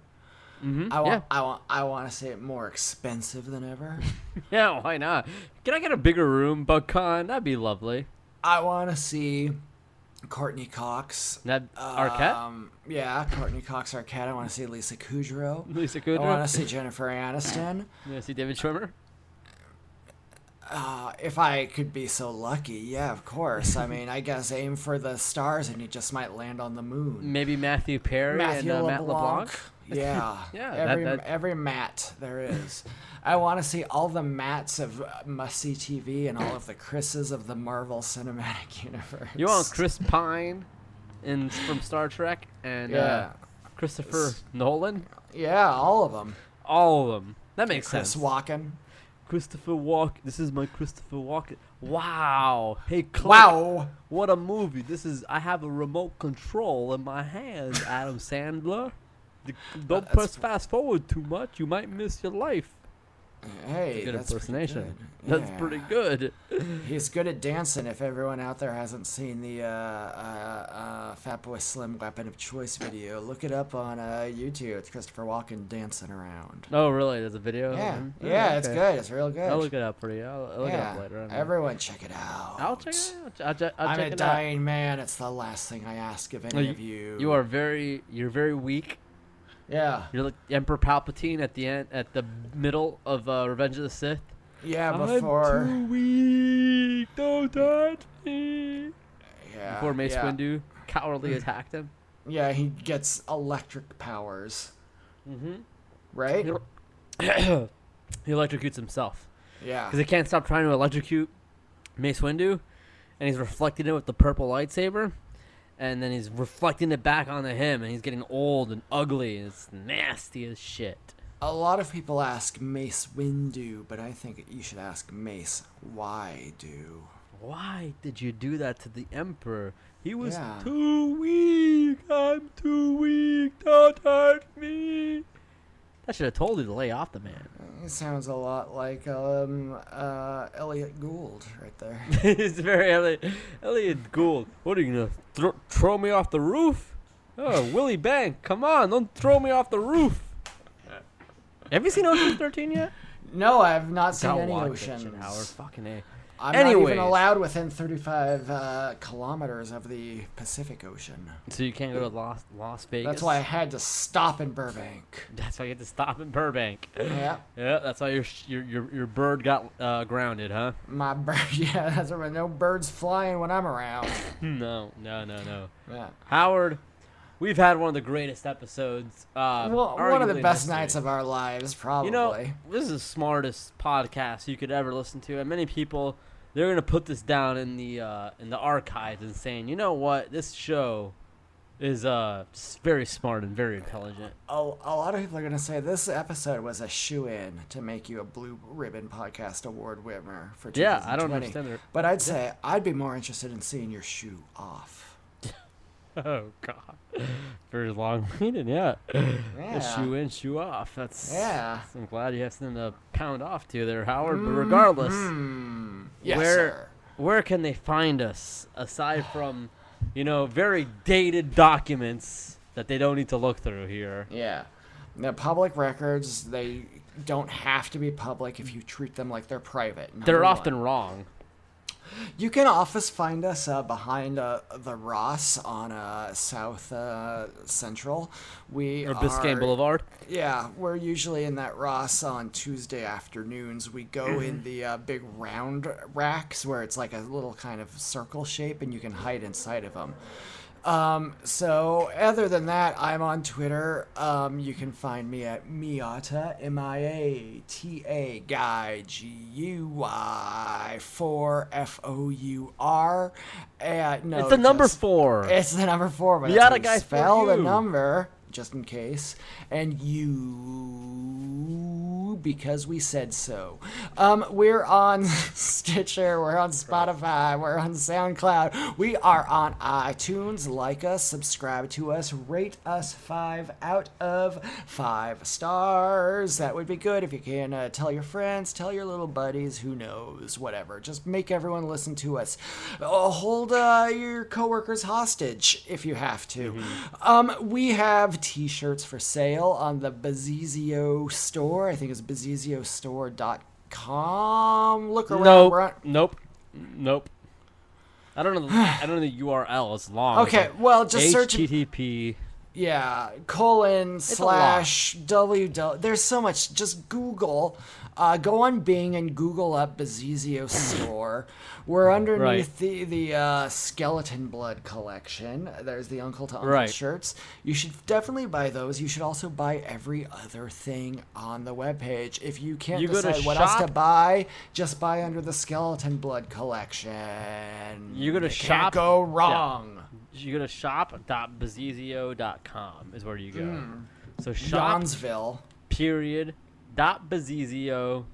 Mhm,
I want.
yeah.
I want. I want to see it more expensive than ever.
Yeah, why not? Can I get a bigger room, BugCon? That'd be lovely.
I want to see Courtney Cox.
That Arquette,
Um, yeah, Courtney Cox Arquette. I want to see Lisa Kudrow.
Lisa
I want
Kudrow,
to see Jennifer Aniston.
you wanna see David Schwimmer.
Uh, if I could be so lucky, yeah, of course. I mean, I guess aim for the stars, and you just might land on the moon.
Maybe Matthew Perry
Matthew
and uh,
LeBlanc.
Matt LeBlanc.
Yeah.
Yeah, that-
Every
that-
every Matt there is. I want to see all the Matts of uh, must see TV and all of the Chris's of the Marvel Cinematic Universe.
You want Chris Pine, and from Star Trek, and uh,
Yeah.
Christopher Nolan.
Yeah, all of them.
All of them. That makes
Chris
sense.
Walken.
Christopher Walk. This is my Christopher Walken. Wow. Hey, Clint,
Wow.
What a movie. This is. I have a remote control in my hand, Adam Sandler. D- Don't
that's
press fast forward too much. You might miss your life.
Hey,
Good
that's pretty
impersonation.
good.
That's
Yeah.
pretty good.
He's good at dancing. If everyone out there hasn't seen the uh, uh, uh, Fatboy Slim Weapon of Choice video, look it up on uh, YouTube. It's Christopher Walken dancing around.
Oh, really? There's a video. of
yeah,
him? Oh,
yeah, it's
okay.
good. It's real good.
I'll look it up for you. I'll, I'll look it up
yeah,
later. on.
everyone check it out.
I'll check it out. I'll, che- I'll
I'm
check
a
it out.
dying man. It's the last thing I ask of
No,
any
you-
of you.
You are very. You're very weak.
Yeah.
You're like Emperor Palpatine at the end, at the middle of uh, Revenge of the Sith.
Yeah. Before.
I'm too weak. Don't touch me.
Yeah.
Before Mace
Uh, yeah. Mm.
Windu cowardly attacked him.
Yeah, he gets electric powers. Mm-hmm. Right.
Yep. He electrocutes himself
Yeah.
because he can't stop trying to electrocute Mace Windu, and he's reflecting it with the purple lightsaber, and then he's reflecting it back onto him, and he's getting old and ugly, and it's nasty as shit.
A lot of people ask Mace Windu, but I think you should ask Mace why do.
Why did you do that to the Emperor? He was
Yeah.
too weak. I'm too weak. Don't hurt me. That should have told you to lay off the man.
It sounds a lot like um uh Elliot Gould right there.
it's very Elliot, Elliot Gould. What are you gonna thro- throw me off the roof? Oh, Willie Bank, come on! Don't throw me off the roof. Have you seen Ocean's Thirteen yet?
no, I've not seen
Gotta
any
watch that shit,
oceans.
Howard. Fucking a.
I'm not
Anyways.
even allowed within 35 uh, kilometers of the Pacific Ocean.
So you can't go to Las Las Vegas.
That's why I had to stop in Burbank.
That's why you had to stop in Burbank.
Yeah,
Yeah, that's why your sh- your your, your bird got uh, grounded, huh?
my bird. Yeah, that's why no birds flying when I'm around.
No, no, no, no.
Yeah.
Howard, we've had one of the greatest episodes. Uh,
Well, one of
arguably
the
in
best
history.
nights of our lives, probably.
You know, this is the smartest podcast you could ever listen to, and many people they're gonna put this down in the uh, in the archives and saying, you know what, this show is uh s- very smart and very intelligent.
a, a lot of people are going to say this episode was a shoe in to make you a blue ribbon podcast award winner for 2020.
Yeah, I don't understand their-
But I'd say I'd be more interested in seeing your shoe off.
Oh God, very long meeting. Yeah,
Yeah.
shoe in, shoe off. That's
Yeah.
I'm glad you have something to pound off to there, Howard. But regardless.
Yes,
where
sir.
where can they find us aside from, you know, very dated documents that they don't need to look through here?
Yeah. The public records, they don't have to be public if you treat them like they're private. number
They're
one.
often wrong.
You can office find us uh, behind uh, the Ross on uh, South uh, Central. We
Or Biscayne
are-
Boulevard.
Yeah, we're usually in that Ross on Tuesday afternoons. We go
Mm-hmm.
in the uh, big round racks where it's like a little kind of circle shape and you can hide inside of them. Um, so, other than that, I'm on Twitter. Um, you can find me at Miata, M I A T A Guy, G U Y 4 F O U R. Uh, no,
It's the number
just-
four.
it's the number four, but
The
that's how
other
you
guy for
spell the
you.
number just in case, and you because we said so. Um, we're on Stitcher, we're on Spotify, we're on SoundCloud, we are on iTunes. Like us, subscribe to us, rate us five out of five stars. That would be good if you can uh, tell your friends, tell your little buddies, who knows, whatever. Just make everyone listen to us. Uh, hold uh, your coworkers hostage if you have to. Um, we have t-shirts for sale on the Bazizio store. I think it's baziziostore.com. Look around.
Nope.
we're on-
Nope. Nope. I don't know. The, I don't know the URL. It's long. It's
Okay,
like
well, just search
HTTP.
Yeah, colon
a lot.
slash w. del- There's so much. Just Google. Uh, go on Bing and Google up Bazizio store. We're underneath the the uh, skeleton blood collection. There's the Uncle to Uncle
Right.
shirts. You should definitely buy those. You should also buy every other thing on the webpage. If you can't
You go to
decide what else
shop-
to buy, just buy under the skeleton blood collection.
You go to
can't
shop-
Go
yeah.
wrong.
You go to shop.bazizio.com is where you
Hmm.
go. So shop
Johnsville.
period dot bazizio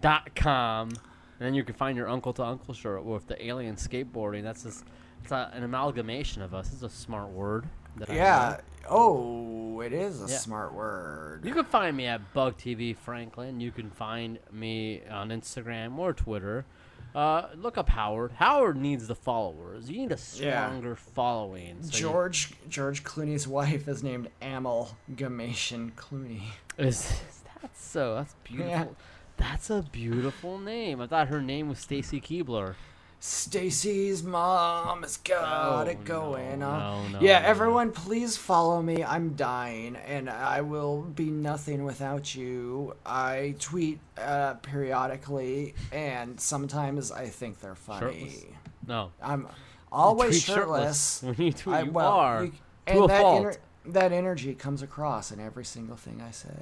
dot com, and then you can find your uncle to uncle shirt with the alien skateboarding. That's just it's a, an amalgamation of us. It's a smart word. That I know.
Yeah. Oh, it is a
Yeah.
smart word.
You can find me at Bug TV Franklin. You can find me on Instagram or Twitter. Uh, look up Howard. Howard needs the followers. You need a
Yeah.
stronger following. so you-
George George Clooney's wife is named Amalgamation Clooney.
Is that's so? That's beautiful. That's a beautiful name. I thought her name was Stacy Keebler.
Stacy's mom has got
Oh,
it going
no,
on.
no,
yeah,
no.
everyone, please follow me. I'm dying, and I will be nothing without you. I tweet uh, periodically, and sometimes I think they're funny.
Shirtless? No.
I'm always
tweet shirtless
shirtless.
when you tweet.
I-
You
well,
are
you-
to
and
a
that
fault.
ener- that energy comes across in every single thing I say.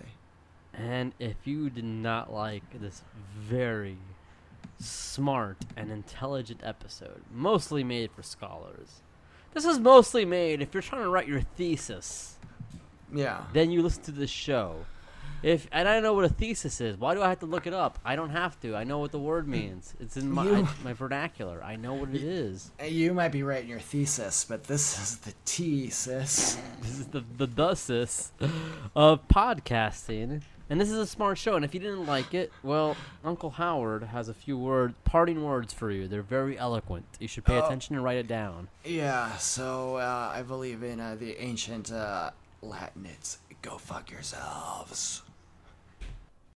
And if you did not like this very smart and intelligent episode, mostly made for scholars, this is mostly made if you're trying to write your thesis,
Yeah.
then you listen to this show. If and I know what a thesis is. Why do I have to look it up? I don't have to. I know what the word means. It's in my
You-
my vernacular. I know what it is.
You might be right in your thesis, but this is the thesis.
This is the the thesis of podcasting, and this is a smart show. And if you didn't like it, well, Uncle Howard has a few word parting words for you. They're very eloquent. You should pay attention and write it down.
Yeah, so uh, I believe in uh, the ancient uh, Latin. It's go fuck yourselves.